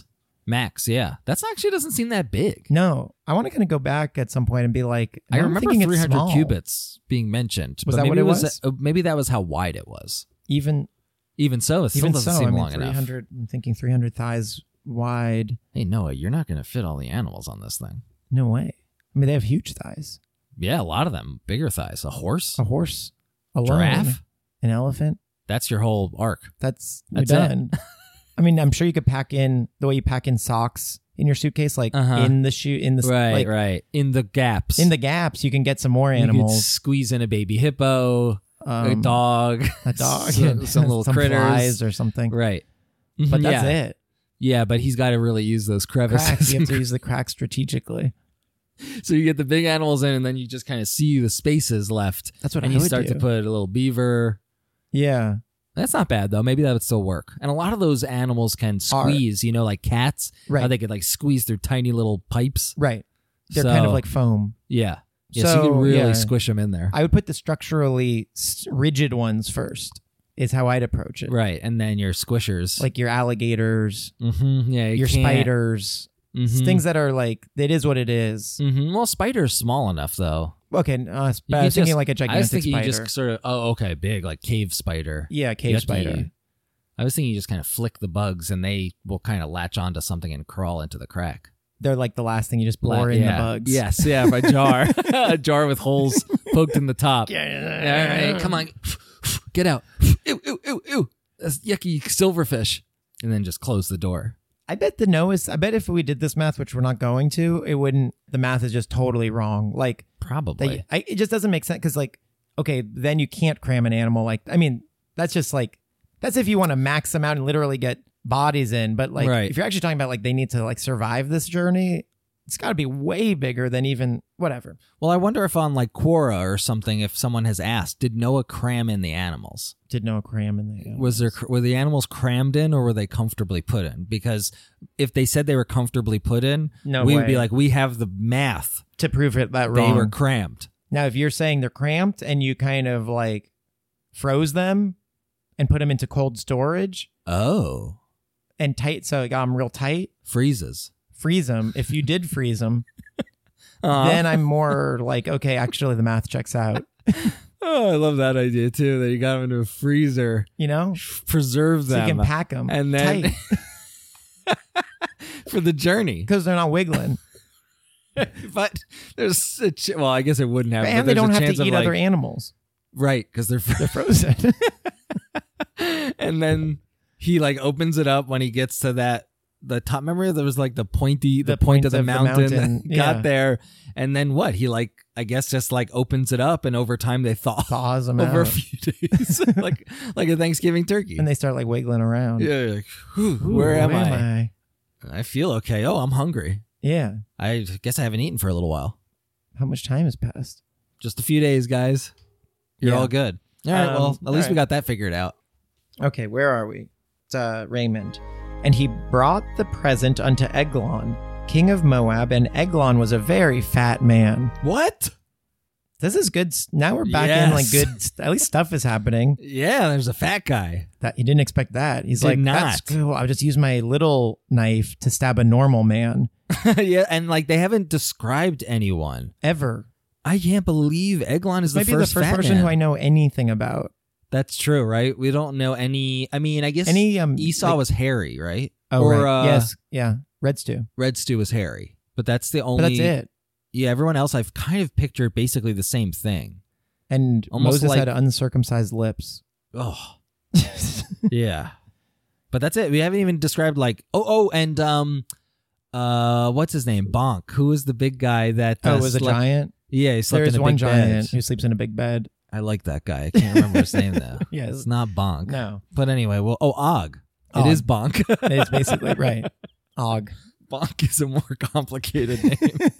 S2: femurs. Max. yeah. That's actually doesn't seem that big.
S1: No, I want to kind of go back at some point and be like,
S2: I
S1: no, I'm
S2: remember
S1: thinking it's
S2: 300
S1: small.
S2: cubits being mentioned.
S1: Was
S2: but
S1: that
S2: maybe
S1: what it was?
S2: uh, maybe that was how wide it was.
S1: Even
S2: Even so, it still
S1: even so,
S2: doesn't
S1: I
S2: seem
S1: mean,
S2: long enough.
S1: 300. I'm thinking 300 thighs wide.
S2: Hey, Noah, you're not going to fit all the animals on this thing.
S1: No way. I mean, they have huge thighs.
S2: Yeah, a lot of them. Bigger thighs. A horse?
S1: A horse, a
S2: giraffe?
S1: lion, an elephant.
S2: That's your whole arc.
S1: That's,
S2: That's it.
S1: we're done. I mean, I'm sure you could pack in the way you pack in socks in your suitcase, like
S2: Uh-huh.
S1: in the shoe, in the
S2: right,
S1: like
S2: right. In the gaps.
S1: in the gaps. You can get some more
S2: You could
S1: animals,
S2: squeeze in a baby hippo, a
S1: um,
S2: dog.
S1: a dog,
S2: some-
S1: and
S2: some little critters.
S1: flies or something.
S2: Right.
S1: But
S2: Mhm,
S1: that's
S2: yeah.
S1: it.
S2: Yeah, but he's got to really use those
S1: Cracks.
S2: crevices.
S1: You have to use the cracks strategically.
S2: so you get the big animals in, and then you just kind of see the spaces left,
S1: That's what
S2: and
S1: I
S2: you
S1: would
S2: start
S1: do.
S2: to put a little beaver.
S1: yeah.
S2: That's not bad though. Maybe that would still work. And a lot of those animals can squeeze. You know, like cats,
S1: Right.
S2: how they could like squeeze through tiny little pipes.
S1: right. They're kind of
S2: So-
S1: like foam.
S2: yeah, yeah. So, you
S1: So,
S2: can really
S1: yeah.
S2: squish them in there,
S1: I would put the structurally s- rigid ones first. Is how I'd approach it.
S2: right? And then your squishers,
S1: Like your alligators,
S2: mm-hmm, yeah, you
S1: your
S2: can't-
S1: spiders,
S2: mhm.
S1: things that are like it is what it is.
S2: hmm Well, spider's small enough though.
S1: Okay, uh, sp-
S2: Mm. You
S1: I
S2: could
S1: was thinking
S2: just-
S1: like a
S2: I was
S1: gigantic
S2: thinking
S1: spider.
S2: you just sort of oh okay big like cave spider.
S1: yeah, cave
S2: Yucky.
S1: spider.
S2: I was thinking you just kind of flick the bugs and they will kind of latch onto something and crawl into the crack.
S1: They're like the last thing you just blur
S2: La-
S1: in
S2: yeah.
S1: the bugs.
S2: Yes, yeah, by jar, a jar with holes poked in the top. All
S1: Yeah.
S2: right, come on, get out. Ew, ew, ew, ew. That's yucky silverfish. And then just close the door.
S1: I bet the no is. I bet if we did this math, which we're not going to, it wouldn't. The math is just totally wrong. Like
S2: Probably.
S1: that you- I, it just doesn't make sense because like okay then you can't cram an animal like i mean that's just like that's if you want to max them out and literally get bodies in but like
S2: Right.
S1: if you're actually talking about like they need to like survive this journey it's got to be way bigger than even whatever
S2: well, I wonder if on like Quora or something, if someone has asked, did Noah cram in the animals?
S1: did know cram in there
S2: was there were the animals crammed in or were they comfortably put in because if they said they were comfortably put in
S1: No
S2: we
S1: way.
S2: would be like we have the math
S1: to prove it that
S2: they
S1: wrong
S2: were crammed
S1: now if you're saying they're cramped and you kind of like froze them and put them into cold storage
S2: oh
S1: and tight so it got them real tight
S2: freezes
S1: freeze them if you did freeze them
S2: Aw.
S1: then i'm more like okay actually the math checks out
S2: oh i love that idea too that you got them into a freezer
S1: you know
S2: preserve
S1: so you
S2: them
S1: can pack them
S2: and then- for the journey
S1: because they're not wiggling
S2: but there's a ch- well i guess it wouldn't happen but
S1: and they
S2: there's
S1: don't
S2: a
S1: have
S2: chance
S1: to
S2: of
S1: eat
S2: like,
S1: other animals
S2: right because they're
S1: they're frozen
S2: and then he like opens it up when he gets to that the top remember there was like the pointy the,
S1: The point
S2: point, of the
S1: of the
S2: mountain, that
S1: mountain,
S2: got
S1: yeah.
S2: there and then what he like i guess just like opens it up and over time they thaw
S1: thaws them
S2: over a
S1: out
S2: few days like like a thanksgiving turkey
S1: and they start like wiggling around
S2: yeah you're like, "Whew,
S1: Ooh,
S2: where am,
S1: I?
S2: I? I feel okay oh i'm hungry
S1: yeah
S2: i guess i haven't eaten for a little while
S1: how much time has passed
S2: just a few days guys you're
S1: Yeah.
S2: all good all right
S1: Um,
S2: well at
S1: all
S2: least we
S1: right.
S2: got that figured out
S1: okay where are we it's uh, raymond and he brought the present unto eglon king of moab and eglon was a very fat man
S2: what
S1: this is good s- now we're back in like
S2: Yes.
S1: good st- at least stuff is happening
S2: yeah there's a fat guy
S1: That he didn't expect that. He's
S2: Did
S1: like,
S2: not.
S1: that's cool. I'll just use my little knife to stab a normal man
S2: yeah, and like they haven't described anyone.
S1: ever.
S2: I can't believe Eglon is
S1: This might
S2: the
S1: be the
S2: first,
S1: first
S2: fat
S1: person
S2: man.
S1: who I know anything about.
S2: That's true, right? We don't know any. I mean, I guess
S1: Any um
S2: Esau
S1: like-
S2: was hairy, right?
S1: oh,
S2: or,
S1: right.
S2: uh,
S1: yes, yeah, Red Stew.
S2: Red Stew was hairy, but that's the
S1: But
S2: only.
S1: that's it.
S2: Yeah, everyone else I've kind of pictured basically the same thing.
S1: And
S2: Almost
S1: Moses
S2: like-
S1: had uncircumcised lips.
S2: Oh, yeah. But that's it. We haven't even described like oh oh and um uh what's his name? Bonk, who is the big guy that
S1: Oh,
S2: uh,
S1: it was a
S2: slept-
S1: giant.
S2: Yeah, he slept
S1: There is
S2: in a
S1: one
S2: big
S1: giant
S2: bed.
S1: who sleeps in a big bed.
S2: I like that guy. I can't remember his name though.
S1: Yes.
S2: It's not Bonk.
S1: No.
S2: But anyway, well oh Og.
S1: Og.
S2: It is Bonk.
S1: It's basically right. Og.
S2: Bonk is a more complicated name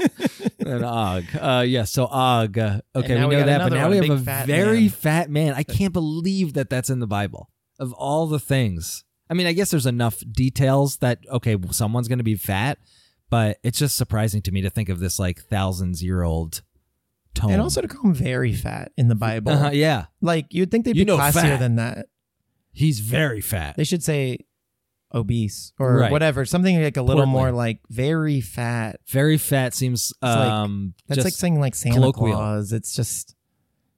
S2: than Og. Uh, yeah, so Og. Uh, okay,
S1: now
S2: we
S1: we got
S2: know that, but
S1: another
S2: now
S1: one,
S2: we have
S1: big
S2: a
S1: fat
S2: very
S1: man.
S2: fat man. I can't believe that that's in the Bible. Of all the things, I mean, I guess there's enough details that okay, someone's going to be fat, but it's just surprising to me to think of this like thousands year old tone.
S1: And also to call him very fat in the Bible.
S2: Uh-huh, yeah,
S1: Like you'd think they'd
S2: You
S1: be
S2: know
S1: classier
S2: fat.
S1: than that.
S2: he's very fat.
S1: They should say obese or
S2: Right.
S1: whatever. Something like a little
S2: Portland.
S1: more like very fat.
S2: Very fat seems
S1: like-
S2: um
S1: That's
S2: just
S1: like saying like Santa
S2: colloquial.
S1: Claus. It's just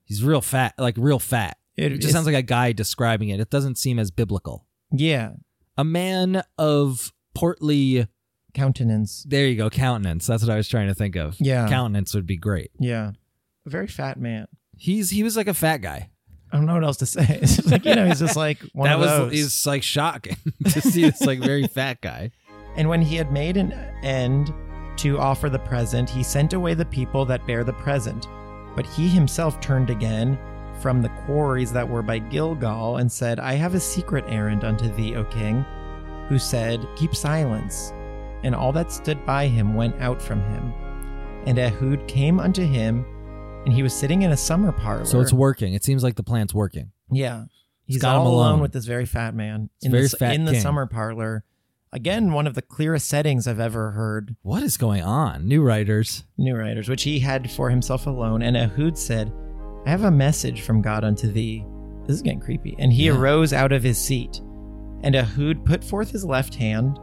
S2: he's real fat, like real fat.
S1: it,
S2: It just sounds like a guy describing it. It doesn't seem as biblical.
S1: yeah
S2: a man of portly
S1: countenance.
S2: there you go countenance that's what i was trying to think of
S1: Yeah,
S2: countenance would be great
S1: yeah. A very fat man.
S2: he's he was like a fat guy
S1: I don't know what else to say. It's just like you know, he's just like one of
S2: that was
S1: those.
S2: is like shocking to see this like very fat guy
S1: And when he had made an end to offer the present, he sent away the people that bear the present. But he himself turned again from the quarries that were by Gilgal and said, I have a secret errand unto thee, O king, who said, Keep silence. And all that stood by him went out from him. And Ehud came unto him, and he was sitting in a summer parlor.
S2: so it's working it seems like the plan's working
S1: Yeah. He's
S2: got
S1: all
S2: him
S1: alone.
S2: alone.
S1: with this very fat man
S2: It's
S1: in,
S2: very
S1: the,
S2: fat
S1: in the
S2: king.
S1: summer parlor. Again, one of the clearest settings I've ever heard
S2: what is going on new writers
S1: new writers, which he had for himself alone. And Ehud said, I have a message from God unto thee. This is getting creepy. And he
S2: Yeah.
S1: arose out of his seat. And Ehud put forth his left hand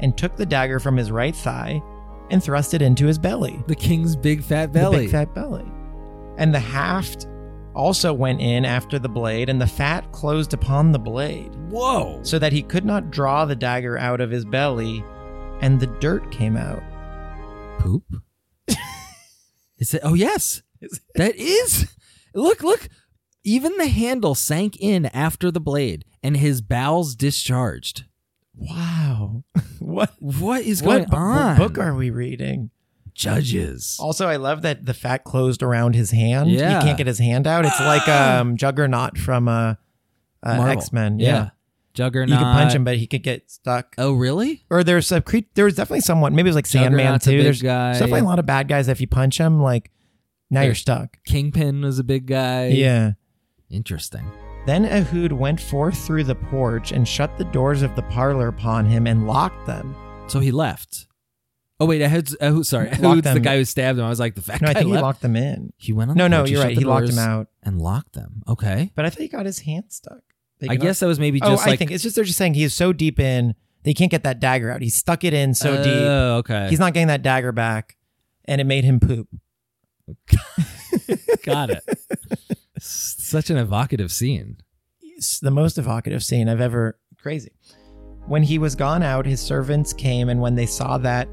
S1: and took the dagger from his right thigh and thrust it into his belly.
S2: the king's big fat
S1: The
S2: belly
S1: big fat belly. And the haft also went in after the blade, and the fat closed upon the blade
S2: whoa
S1: so that he could not draw the dagger out of his belly, and the dirt came out.
S2: poop is it oh yes that is look look even the handle sank in after the blade and his bowels discharged
S1: Wow. what
S2: What is going
S1: what, bu- what
S2: on?
S1: book are we reading?
S2: Judges.
S1: Also, I love that the fat closed around his hand.
S2: Yeah. Ah!
S1: He can't get his hand out. It's like um, Juggernaut from uh, uh,
S2: Marvel.
S1: X Men. Yeah.
S2: Juggernaut.
S1: You could punch him, but he could get stuck.
S2: Oh, really?
S1: Or there's a cre- there was definitely someone. Maybe it was like Sandman
S2: Juggernaut's a
S1: too.
S2: big
S1: There's
S2: guy.
S1: there's definitely a lot of bad guys. That if you punch them, like now
S2: Yeah.
S1: you're stuck.
S2: Kingpin was a big guy.
S1: Yeah.
S2: Interesting.
S1: Then Ehud went forth through the porch and shut the doors of the parlor upon him and locked them.
S2: So he left. Oh wait, I had. Oh, sorry.
S1: Locked
S2: Who's the
S1: them.
S2: guy who stabbed him? I was like the fat
S1: No,
S2: guy.
S1: I think he
S2: left.
S1: locked them in.
S2: He went on.
S1: No,
S2: the
S1: no,
S2: porch, he
S1: you're
S2: shut
S1: right.
S2: the
S1: He locked them
S2: doors
S1: out.
S2: and locked them. Okay.
S1: But I thought he got his hand stuck. They
S2: I
S1: cannot-
S2: guess that was maybe
S1: Oh,
S2: just like.
S1: I think it's just they're just saying he is so deep in they can't get that dagger out. He stuck it in so deep.
S2: Oh, okay.
S1: He's not getting that dagger back, and it made him poop.
S2: got it. S- Such an evocative scene.
S1: It's the most evocative scene I've ever. Crazy. When he was gone out, his servants came, and when they saw that,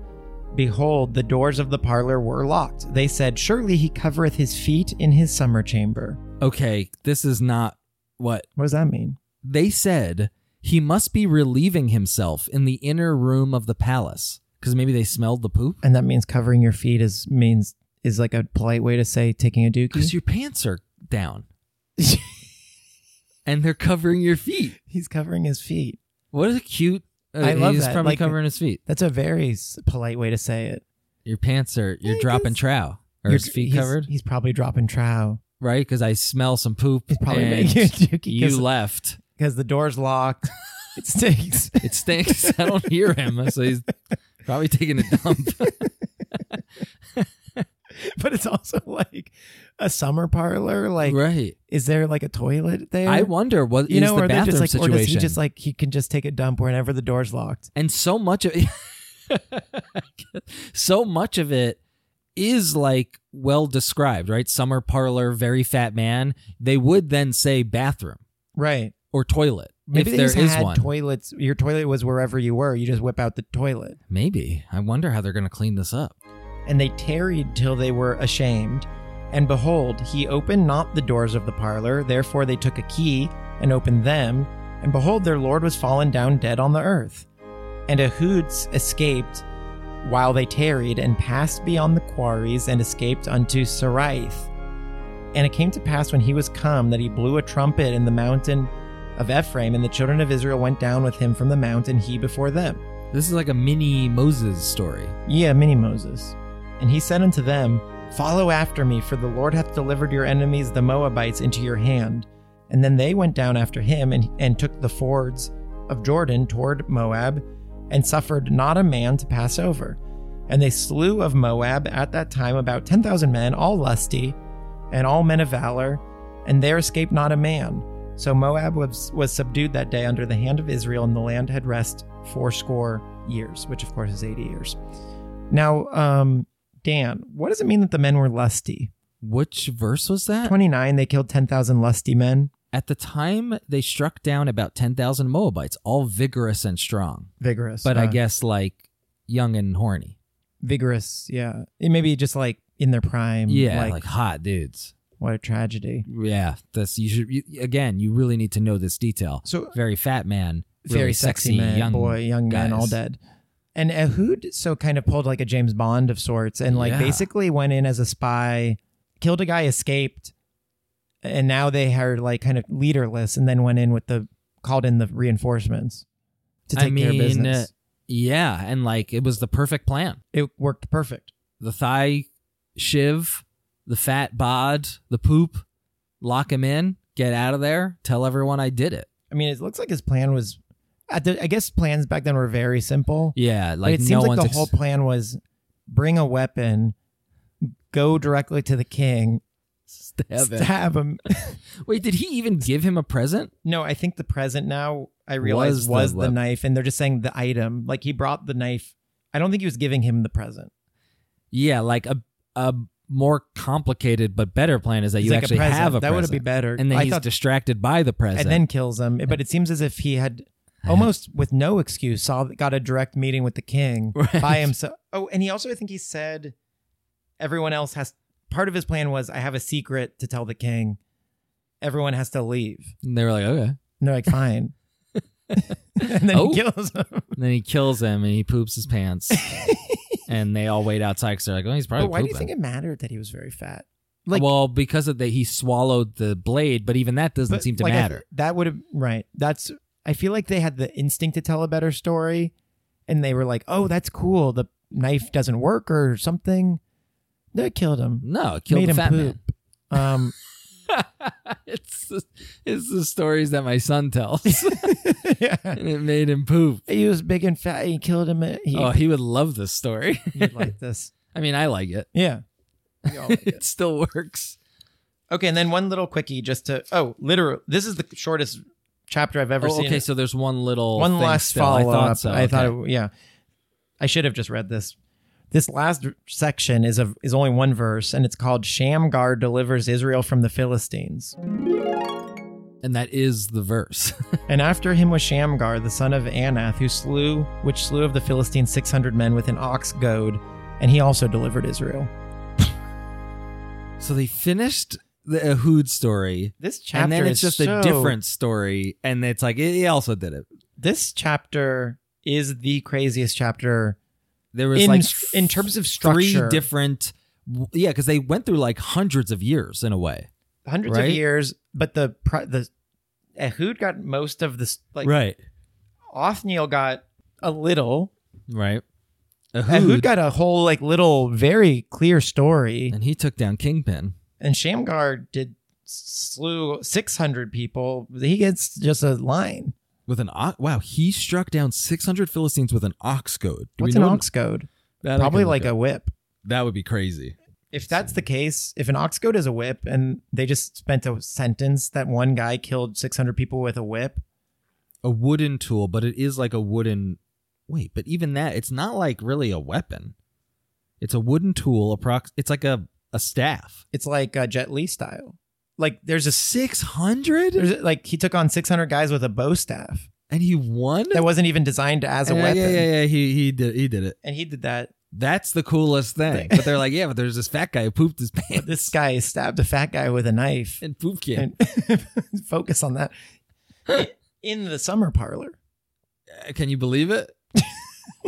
S1: behold, the doors of the parlor were locked. They said, "Surely he covereth his feet in his summer chamber."
S2: Okay, this is not what
S1: What does that mean?
S2: they said he must be relieving himself in the inner room of the palace because maybe they smelled the poop
S1: And that means covering your feet is means is like a polite way to say taking a
S2: because
S1: dookie.
S2: your pants are down and they're covering your feet.
S1: He's covering his feet.
S2: What a cute! Uh,
S1: I love
S2: he's
S1: that,
S2: probably
S1: like-
S2: covering his feet.
S1: That's a very s- polite way to say it.
S2: Your pants are you're
S1: Yeah,
S2: dropping
S1: 'cause-
S2: trow or
S1: You're-
S2: his feet
S1: he's-
S2: covered,
S1: He's probably dropping trow.
S2: right? Because I smell some poop.
S1: He's probably
S2: and
S1: making a dookie
S2: you
S1: because
S2: left.
S1: the door's locked. it stinks.
S2: It stinks. I don't hear him, so he's probably taking a dump.
S1: But it's also like a summer parlor. Like,
S2: right.
S1: is there like a toilet there?
S2: I wonder what is
S1: you know,
S2: the
S1: or they
S2: bathroom
S1: just like,
S2: situation.
S1: or does he just like he can just take a dump whenever the door's locked?
S2: and so much of so much of it is like well described right summer parlor very fat man they would then say bathroom
S1: Right.
S2: or toilet
S1: Maybe
S2: if
S1: they
S2: there
S1: just
S2: is
S1: had
S2: one
S1: toilets. Your toilet was wherever you were. You just whip out the toilet.
S2: maybe i wonder how they're going to clean this up
S1: and they tarried till they were ashamed. And behold, he opened not the doors of the parlor, therefore they took a key and opened them. And behold, their Lord was fallen down dead on the earth. And Ahuds escaped while they tarried, and passed beyond the quarries, and escaped unto Saraith. And it came to pass when he was come that he blew a trumpet in the mountain of Ephraim, and the children of Israel went down with him from the mount, and he before them.
S2: This is like a mini Moses story.
S1: Yeah, mini Moses. And he said unto them, Follow after me, for the Lord hath delivered your enemies, the Moabites, into your hand. And then they went down after him and, and took the fords of Jordan toward Moab, and suffered not a man to pass over. And they slew of Moab at that time about 10,000 men, all lusty, and all men of valor, and there escaped not a man. So Moab was, was subdued that day under the hand of Israel, and the land had rest fourscore years, which of course is 80 years. Now, um, Dan, what does it mean that the men were lusty?
S2: Which verse was that?
S1: 29, they killed 10,000 lusty men,
S2: At the time, they struck down about 10,000 Moabites, all vigorous and strong,
S1: vigorous.
S2: but I
S1: uh,
S2: guess like young and horny.
S1: vigorous, yeah. It maybe just like in their prime.
S2: Yeah,
S1: Like,
S2: like, hot dudes.
S1: what a tragedy.
S2: Yeah, that's you should you, again. You really need to know this detail.
S1: So,
S2: Very fat man, really
S1: very sexy, man,
S2: young
S1: boy, young man, all
S2: guys.
S1: dead. And Ehud so kind of pulled like a James Bond of sorts and like
S2: Yeah.
S1: basically went in as a spy, killed a guy, escaped, and now they are like kind of leaderless and then went in with the called in the reinforcements to
S2: I
S1: take care of
S2: mean,
S1: business.
S2: uh, Yeah, and like it was the perfect plan.
S1: it worked perfect.
S2: The thigh shiv, the fat bod, the poop, lock him in, get out of there, tell everyone I did it.
S1: I mean, it looks like his plan was at the, I guess plans back then were very simple.
S2: Yeah,
S1: But
S2: like
S1: it
S2: no
S1: seems like
S2: one's
S1: the
S2: ex-
S1: whole plan was bring a weapon, go directly to the king,
S2: stab him.
S1: stab him,
S2: Wait, did he even give him a present?
S1: No, I think the present now I realized
S2: the
S1: was, the,
S2: wep-
S1: knife, and they're just saying the item. Like he brought the knife. I don't think he was giving him the present.
S2: Yeah, like a a more complicated but better plan is that
S1: He's
S2: you
S1: like
S2: actually
S1: a present.
S2: have a
S1: that would
S2: present.
S1: be better.
S2: and then
S1: I
S2: he's
S1: thought,
S2: distracted by the present.
S1: and then kills him. But it seems as if he had almost with no excuse saw got a direct meeting with the king
S2: Right.
S1: by himself. Oh, and he also I think he said everyone else has part of his plan was I have a secret to tell the king. Everyone has to leave.
S2: And they were like, okay.
S1: And they're like, fine. and then
S2: Oh.
S1: he kills him.
S2: And then he kills him and he poops his pants. and they all wait outside because they're like, oh, he's probably
S1: But why do you
S2: pooping."
S1: think it mattered that he was very fat? like-
S2: well, because of that, he swallowed the blade, but even that doesn't
S1: But,
S2: seem to
S1: like, I-
S2: matter.
S1: that would have right. That's I feel like they had the instinct to tell a better story, and they were like, "Oh, that's cool. The knife doesn't work or something." They killed him.
S2: no, it killed
S1: made
S2: the
S1: him
S2: fat
S1: poop. Um,
S2: man. it's the, it's the stories that my son tells,
S1: yeah.
S2: and it made him poop.
S1: He was big and fat. He killed him. He,
S2: oh, he would love this story.
S1: he liked this.
S2: I mean, I like it.
S1: Yeah.
S2: it still works.
S1: okay, and then one little quickie just to oh, literal. This is the shortest chapter I've ever
S2: Oh,
S1: seen.
S2: okay, so there's one little
S1: one
S2: thing
S1: last
S2: still.
S1: follow
S2: I thought
S1: up.
S2: so.
S1: I thought,
S2: okay.
S1: it, yeah, I should have just read this. This last section is of is only one verse, and it's called "Shamgar delivers Israel from the Philistines."
S2: and that is the verse.
S1: And after him was Shamgar, the son of Anath, who slew which slew of the Philistines six hundred men with an ox goad, and he also delivered Israel.
S2: so they finished the Ehud story.
S1: This chapter
S2: and then
S1: is
S2: it's just
S1: so-
S2: a different story, and it's like it, he also did it.
S1: This chapter is the craziest chapter
S2: There was
S1: in
S2: like
S1: in terms of
S2: three
S1: structure.
S2: different, yeah, because they went through like hundreds of years in a way,
S1: hundreds
S2: right?
S1: of years, but the pri- the Ehud got most of this like
S2: right,
S1: Othniel got a little.
S2: right.
S1: Ehud.
S2: Ehud,
S1: got a whole like little very clear story,
S2: and he took down Kingpin.
S1: and Shamgar did slew six hundred people. He gets just a line.
S2: With an ox, wow, he struck down six hundred Philistines with an ox goad. Do we
S1: What's an
S2: know
S1: ox goad?
S2: That I
S1: Probably
S2: can look
S1: like
S2: up.
S1: a whip.
S2: that would be crazy.
S1: If that's the case, if an ox goad is a whip, and they just spent a sentence that one guy killed six hundred people with a whip,
S2: A wooden tool, but it is like a wooden. Wait, but even that, it's not like really a weapon. It's a wooden tool. Approx. It's like a a staff.
S1: it's like uh, Jet Li style. Like there's a
S2: Six hundred,
S1: there's a- like he took on six hundred guys with a bow staff
S2: and he won.
S1: that wasn't even designed as a
S2: yeah,
S1: weapon,
S2: yeah, yeah, yeah. He he did he did it.
S1: and he did that.
S2: That's the coolest thing. But they're like, yeah, but there's this fat guy who pooped his pants
S1: this guy stabbed a fat guy with a knife
S2: and poop kid.
S1: and focus on that in the summer parlor.
S2: Uh, Can you believe it?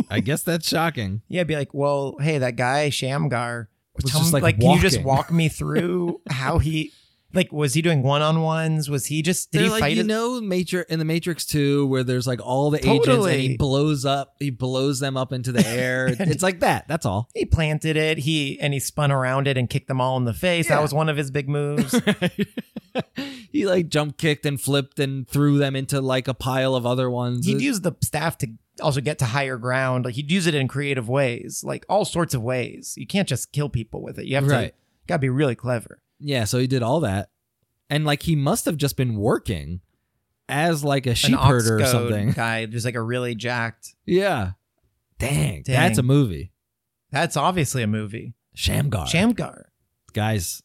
S2: I guess that's shocking.
S1: Yeah, be like, well, hey, that guy Shamgar.
S2: Was
S1: tell
S2: just,
S1: me-
S2: like,
S1: can you just
S2: walking.
S1: walk me through how he, like, was he doing one on ones? Was he just did
S2: They're
S1: he
S2: like,
S1: fight?
S2: you
S1: it?
S2: know, Matrix in the Matrix Two, where there's like all the agents, and
S1: Totally.
S2: he blows up, he blows them up into the air. it's like that. That's all.
S1: he planted it. He and he spun around it and kicked them all in the face.
S2: Yeah.
S1: That was one of his big moves.
S2: he like jump kicked and flipped and threw them into like a pile of other ones.
S1: he'd use the staff to also get to higher ground. Like he'd use it in creative ways, like all sorts of ways. You can't just kill people with it. You have
S2: right.
S1: to gotta be really clever.
S2: Yeah, so he did all that. And like he must have just been working as like a sheep
S1: An ox
S2: herder or
S1: goad
S2: something.
S1: guy, just like a really jacked.
S2: Yeah. Dang,
S1: Dang.
S2: That's a movie.
S1: That's obviously a movie.
S2: Shamgar.
S1: Shamgar.
S2: Guys,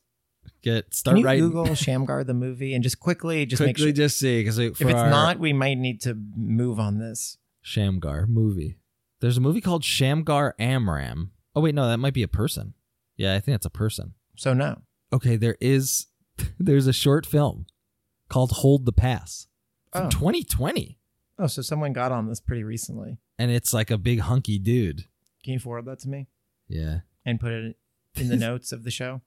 S2: get
S1: Can
S2: start
S1: you
S2: writing.
S1: Google Shamgar the movie and just quickly just
S2: Quickly
S1: make sure
S2: just see because if
S1: if it's not, we might need to move on this.
S2: Shamgar movie. There's a movie called Shamgar Amram. Oh wait, no, that might be a person. Yeah, I think that's a person.
S1: So no.
S2: Okay, there is there's a short film called Hold the Pass from
S1: Oh.
S2: 2020
S1: oh, so someone got on this pretty recently.
S2: and it's like a big hunky dude.
S1: Can you forward that to me
S2: Yeah.
S1: and put it in the notes of the show?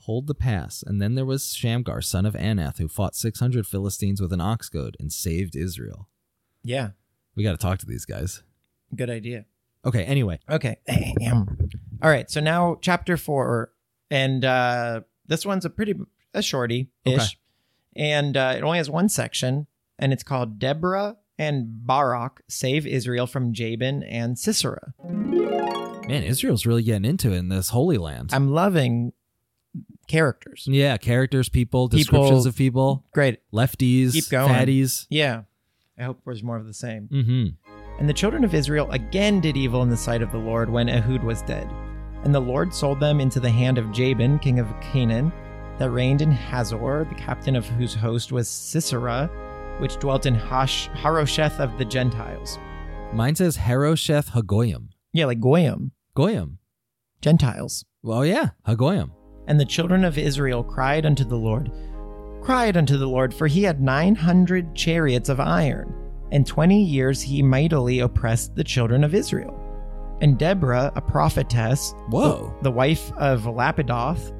S2: hold the pass. And then there was Shamgar, son of Anath, who fought 600 Philistines with an ox goad and saved Israel.
S1: Yeah,
S2: We got to talk to these guys.
S1: good idea.
S2: Okay, anyway.
S1: Okay. Ahem. All right. So now chapter four, and uh, this one's a pretty a shorty ish,
S2: Okay.
S1: and uh, it only has one section, and it's called Deborah and Barak save Israel from Jabin and Sisera.
S2: Man, Israel's really getting into it in this Holy Land.
S1: I'm loving characters.
S2: yeah, characters, people, descriptions
S1: People-
S2: of people,
S1: Great.
S2: lefties,
S1: Keep going.
S2: fatties.
S1: Yeah. I hope there's more of the same.
S2: Mm-hmm.
S1: And the children of Israel again did evil in the sight of the Lord when Ehud was dead. And the Lord sold them into the hand of Jabin, king of Canaan, that reigned in Hazor, the captain of whose host was Sisera, which dwelt in Hash- Harosheth of the Gentiles.
S2: Mine says Harosheth Hagoyim.
S1: Yeah, like Goyim,
S2: Goyim.
S1: Gentiles.
S2: Well, yeah, Hagoyim.
S1: And the children of Israel cried unto the Lord, cried unto the Lord, for he had nine hundred chariots of iron, and twenty years he mightily oppressed the children of Israel. And Deborah, a prophetess,
S2: Whoa.
S1: the wife of Lapidoth,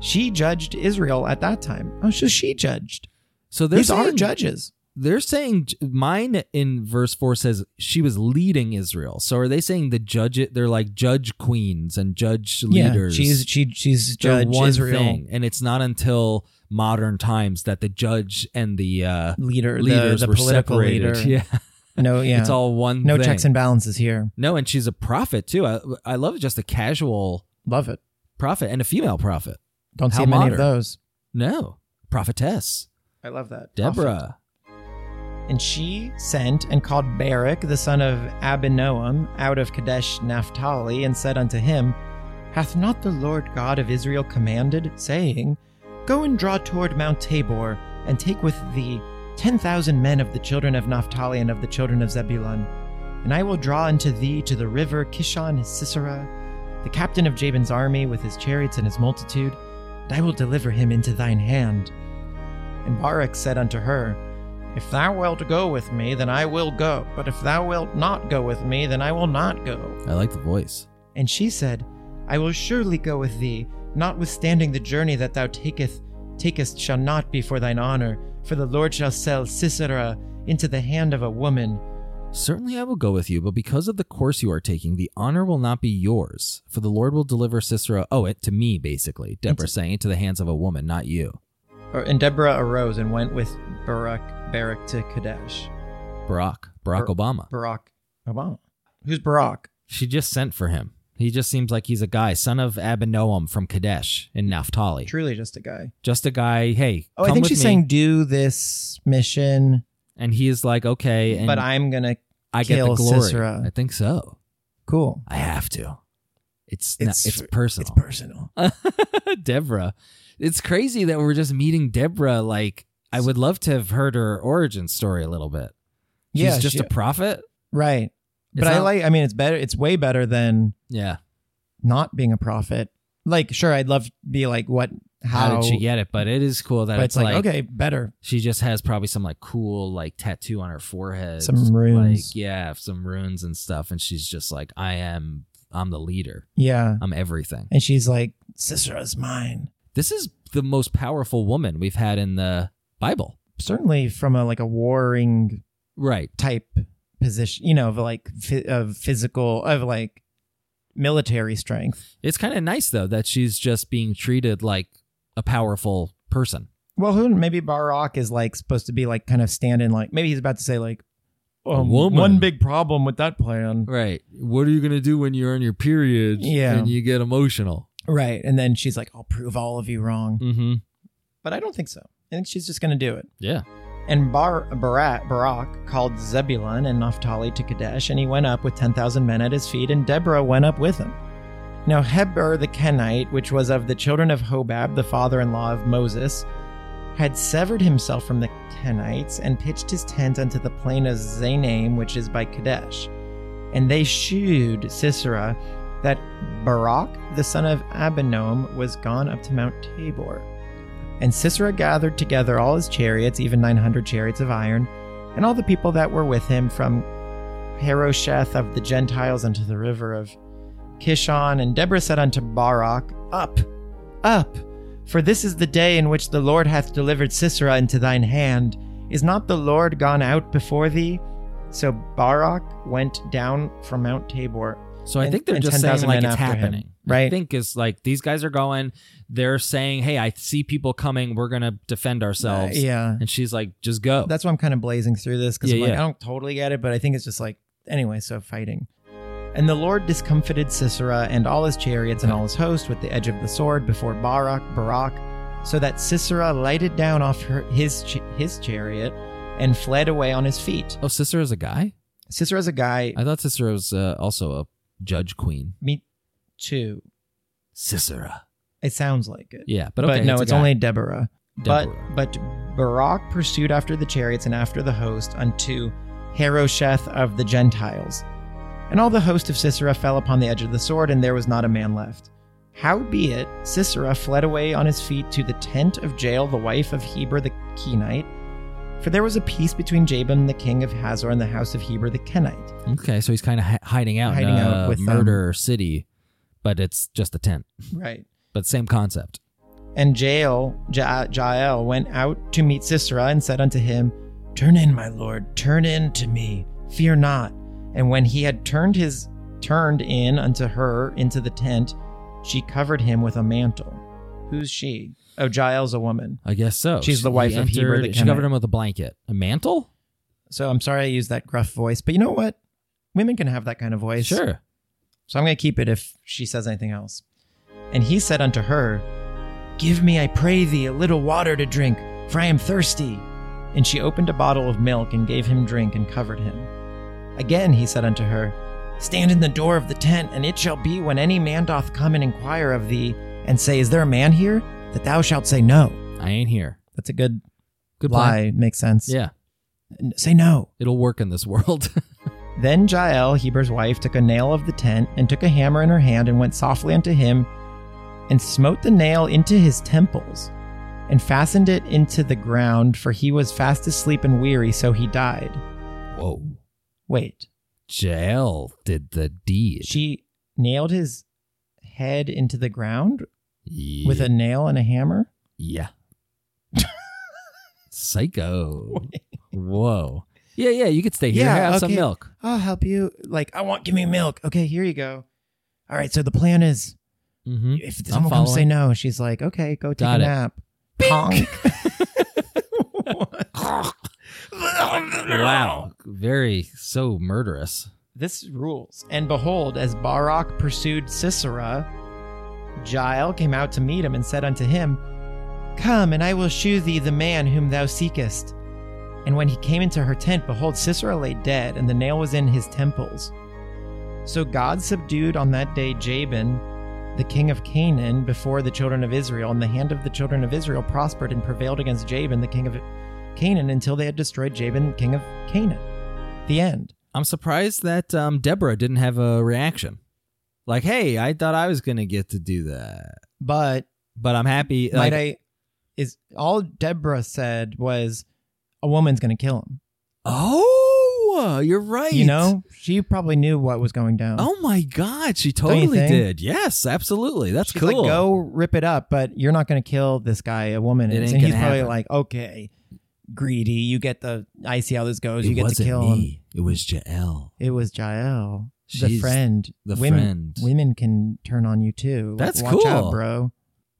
S1: she judged Israel at that time. Oh, so she judged.
S2: So they're
S1: These are
S2: saying,
S1: judges.
S2: they're saying mine in verse 4 says she was leading Israel. So are they saying the judge they're like judge queens and judge leaders?
S1: yeah, she's she, she's
S2: They're
S1: judge
S2: one
S1: Israel
S2: thing, and it's not until modern times that the judge and the uh,
S1: leader, the-
S2: leaders
S1: the,
S2: were
S1: political
S2: separated.
S1: leader.
S2: Yeah.
S1: No, yeah,
S2: it's all one.
S1: no
S2: thing.
S1: checks and balances here.
S2: no, and she's a prophet too. I, I love just a casual
S1: Love it.
S2: prophet and a female prophet.
S1: Don't
S2: How
S1: see many
S2: modern.
S1: of those.
S2: No, prophetess
S1: I love that,
S2: Deborah.
S1: And she sent and called Barak, the son of Abinoam, out of Kadesh Naphtali, and said unto him, Hath not the Lord God of Israel commanded, saying, Go and draw toward Mount Tabor, and take with thee ten thousand men of the children of Naphtali and of the children of Zebulun, and I will draw unto thee to the river Kishon Sisera, the captain of Jabin's army, with his chariots and his multitude, and I will deliver him into thine hand. And Barak said unto her, if thou wilt go with me, then I will go, but if thou wilt not go with me, then I will not go.
S2: I like the voice.
S1: And she said, I will surely go with thee, notwithstanding the journey that thou taketh, takest shall not be for thine honor, for the Lord shall sell Sisera into the hand of a woman.
S2: Certainly I will go with you, but because of the course you are taking, the honor will not be yours, for the Lord will deliver Sisera. Oh, it to me basically. Deborah saying into the hands of a woman, not you.
S1: Or- And Deborah arose and went with Barak, Barak to Kadesh.
S2: Barack,
S1: Bar-
S2: Barack Obama.
S1: Barak Obama. Who's Barak?
S2: She just sent for him. He just seems like he's a guy, son of Abinoam from Kadesh in Naphtali.
S1: Truly just a guy.
S2: Just a guy. Hey,
S1: Oh,
S2: come
S1: I think
S2: with
S1: she's
S2: me.
S1: saying do this mission,
S2: and he is like, okay, and
S1: but I'm gonna
S2: I get the
S1: kill
S2: glory.
S1: Sisera.
S2: I think so.
S1: cool.
S2: I have to. It's it's
S1: It's-
S2: it's personal.
S1: It's personal.
S2: Deborah, it's crazy that we're just meeting Deborah. Like, I would love to have heard her origin story a little bit. She's
S1: yeah,
S2: just
S1: she-
S2: a prophet.
S1: right. But
S2: It's
S1: I
S2: not-
S1: like. I mean, it's better. It's way better than
S2: Yeah,
S1: not being a prophet. Like, sure, I'd love to be like what
S2: how, did she get it? But it is cool that
S1: but
S2: it's
S1: it's like, okay, better.
S2: she just has probably some like cool like tattoo on her forehead,
S1: Some runes.
S2: like yeah, some runes and stuff, and she's just like, I am, I'm the leader,
S1: Yeah.
S2: I'm everything.
S1: And she's like, Sisera's mine.
S2: This is the most powerful woman we've had in the Bible,
S1: Certainly from a like a warring
S2: right?
S1: type position, you know, of like phy- of physical of like military strength.
S2: It's kind of nice though that she's just being treated like a powerful person.
S1: Well, who maybe Barak is like supposed to be like kind of standing like maybe he's about to say like um,
S2: woman.
S1: one big problem with that plan.
S2: Right. What are you going to do when you're on your period
S1: Yeah.
S2: and you get emotional?
S1: Right. And then she's like, I'll prove all of you wrong.
S2: Mm-hmm.
S1: But I don't think so. I think she's just going to do it.
S2: Yeah.
S1: And Bar- Barat, Barak called Zebulun and Naphtali to Kadesh, and he went up with 10,000 men at his feet, and Deborah went up with him. Now Heber the Kenite, which was of the children of Hobab, the father in law of Moses, had severed himself from the Kenites and pitched his tent unto the plain of Zanaim, which is by Kadesh. And they shewed Sisera that Barak, the son of Abinoam, was gone up to Mount Tabor. And Sisera gathered together all his chariots, even 900 chariots of iron, and all the people that were with him from Harosheth of the Gentiles unto the river of Kishon. And Deborah said unto Barak, Up, up, for this is the day in which the Lord hath delivered Sisera into thine hand. Is not the Lord gone out before thee? So Barak went down from Mount Tabor.
S2: So I
S1: And-
S2: think they're
S1: and
S2: just saying
S1: 10,000
S2: like
S1: men
S2: it's
S1: after him,
S2: happening. I
S1: right?
S2: think is like these guys are going, they're saying, Hey, I see people coming, we're gonna defend ourselves.
S1: Uh, yeah.
S2: And she's like, just go.
S1: That's why I'm kind of blazing through this because
S2: Oh. Yeah,
S1: like,
S2: yeah.
S1: I don't totally get it, but I think it's just like, anyway, so fighting. And the Lord discomfited Sisera and all his chariots
S2: Uh-huh.
S1: and all his host with the edge of the sword before Barak, Barak, so that Sisera lighted down off her, his ch- his chariot and fled away on his feet.
S2: oh, Sisera's a guy?
S1: Sisera's a guy,
S2: I thought Sisera was uh, also a judge queen.
S1: me too.
S2: Sisera.
S1: It sounds like it,
S2: Yeah, but okay.
S1: but no,
S2: a
S1: it's
S2: guy.
S1: only Deborah.
S2: Deborah.
S1: But but Barak pursued after the chariots and after the host unto Harosheth of the Gentiles. And all the host of Sisera fell upon the edge of the sword, and there was not a man left. Howbeit, Sisera fled away on his feet to the tent of Jael, the wife of Heber the Kenite, for there was a peace between Jabin the king of Hazor and the house of Heber the Kenite.
S2: Okay, so he's kind of hi- hiding out in
S1: Hiding
S2: a
S1: out with, um,
S2: murder city, but it's just a tent.
S1: Right.
S2: But same concept.
S1: And Jael, ja- Jael went out to meet Sisera and said unto him, Turn in, my lord, turn in to me, fear not. And when he had turned his turned in unto her into the tent, she covered him with a mantle. Who's she? Oh, Jael's a woman.
S2: I guess so.
S1: She's the wife
S2: he
S1: of Heber the
S2: She covered
S1: Kenite.
S2: him with a blanket, a mantle.
S1: So I'm sorry I used that gruff voice, but you know what? Women can have that kind of voice.
S2: Sure.
S1: So I'm going to keep it if she says anything else. And he said unto her, Give me, I pray thee, a little water to drink, for I am thirsty. And she opened a bottle of milk and gave him drink and covered him. Again he said unto her, Stand in the door of the tent, and it shall be when any man doth come and inquire of thee, and say, Is there a man here? that thou shalt say no.
S2: I ain't here.
S1: That's a good,
S2: Good plan.
S1: lie, makes sense.
S2: Yeah,
S1: N- Say no.
S2: it'll work in this world.
S1: Then Jael, Heber's wife, took a nail of the tent, and took a hammer in her hand, and went softly unto him, and smote the nail into his temples, and fastened it into the ground, for he was fast asleep and weary, so he died.
S2: Whoa.
S1: Wait,
S2: Jael did the deed.
S1: she nailed his head into the ground
S2: yeah.
S1: with a nail and a hammer?
S2: yeah. Psycho. Whoa. Yeah, yeah. You could stay here.
S1: Yeah,
S2: have some
S1: okay.
S2: milk.
S1: I'll help you. Like, I want, give me milk. Okay, here you go. All right, so the plan is
S2: Mm-hmm.
S1: if
S2: I'm
S1: someone comes say
S2: following.
S1: no, she's like, okay, go take
S2: Got
S1: a
S2: it.
S1: nap. Honk.
S2: wow. Very so murderous.
S1: This rules. And behold, as Barak pursued Sisera, Jael came out to meet him and said unto him, Come, and I will shew thee the man whom thou seekest. And when he came into her tent, behold, Sisera lay dead, and the nail was in his temples. So God subdued on that day Jabin, the king of Canaan, before the children of Israel, and the hand of the children of Israel prospered and prevailed against Jabin, the king of Canaan, until they had destroyed Jabin, king of Canaan. The end.
S2: I'm surprised that um, Deborah didn't have a reaction. Like, hey, I thought I was gonna get to do that,
S1: But
S2: But I'm happy.
S1: Might
S2: Like,
S1: I? Is all Deborah said was a woman's gonna kill him.
S2: oh, you're right.
S1: You know, she probably knew what was going down.
S2: Oh my God, she
S1: you
S2: totally
S1: think?
S2: did. Yes, absolutely. That's
S1: She's
S2: cool.
S1: like, go rip it up, but you're not gonna kill this guy. A woman
S2: It
S1: is,
S2: ain't
S1: and he's
S2: gonna
S1: probably
S2: happen.
S1: like, okay, greedy. You get the. I see how this goes.
S2: It
S1: you get to
S2: wasn't
S1: kill him.
S2: me. It was Jael.
S1: It was Jael, the
S2: She's
S1: friend.
S2: the
S1: women,
S2: friend.
S1: Women can turn on you too. Like,
S2: That's
S1: Watch out,
S2: cool.
S1: bro.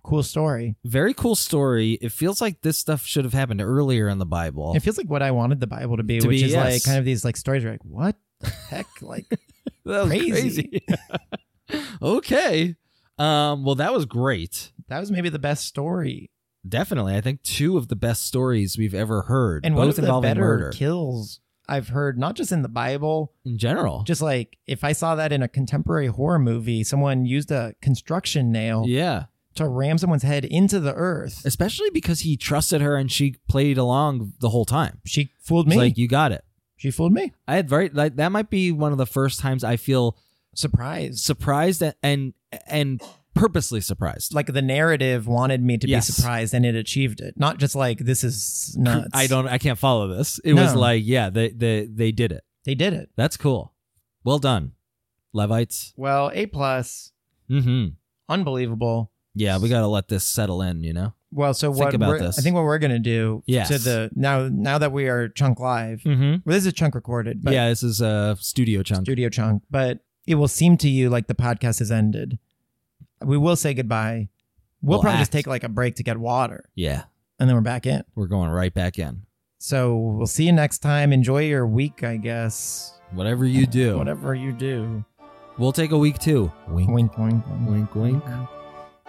S1: Cool story.
S2: Very cool story. It feels like this stuff should have happened earlier in the Bible.
S1: It feels like what I wanted the Bible to be,
S2: To
S1: which
S2: be,
S1: is like
S2: yes.
S1: kind of these like stories. You're like, what the heck? Like,
S2: that was
S1: crazy.
S2: crazy. okay. Um, well, that was great.
S1: that was maybe the best story,
S2: Definitely. I think two of the best stories we've ever heard.
S1: and
S2: both
S1: one of the
S2: involving
S1: better
S2: murder
S1: kills I've heard. Not just in the Bible,
S2: in general.
S1: just like if I saw that in a contemporary horror movie, someone used a construction nail
S2: yeah.
S1: to ram someone's head into the earth.
S2: Especially because he trusted her and she played along the whole time.
S1: She fooled
S2: It's
S1: me.
S2: like, you got it.
S1: she fooled me.
S2: I had very like that might be one of the first times I feel
S1: Surprised.
S2: surprised and and, and purposely surprised.
S1: Like the narrative wanted me to
S2: Yes.
S1: be surprised, and it achieved it. Not just like this is nuts.
S2: I don't I can't follow this. It was
S1: No.
S2: like, yeah, they they they did it.
S1: They did it.
S2: That's cool. Well done. Levites.
S1: Well, A plus,
S2: Mhm.
S1: unbelievable.
S2: Yeah, we got to let this settle in, you know.
S1: Well, so
S2: Think
S1: what
S2: about
S1: we're-
S2: this.
S1: I think what we're gonna do
S2: Yes.
S1: to the now now that we are chunk live.
S2: Mhm.
S1: Well, this is chunk recorded, but
S2: Yeah, this is a studio chunk.
S1: studio chunk. But it will seem to you like the podcast has ended. We will say goodbye. We'll,
S2: We'll
S1: probably just
S2: act.
S1: take like a break to get water,
S2: yeah.
S1: and then we're back in.
S2: We're going right back in.
S1: So we'll see you next time. Enjoy your week, I guess.
S2: Whatever you do.
S1: Whatever you do.
S2: We'll take a week too. Wink
S1: Wink, wink, wink.
S2: wink wink.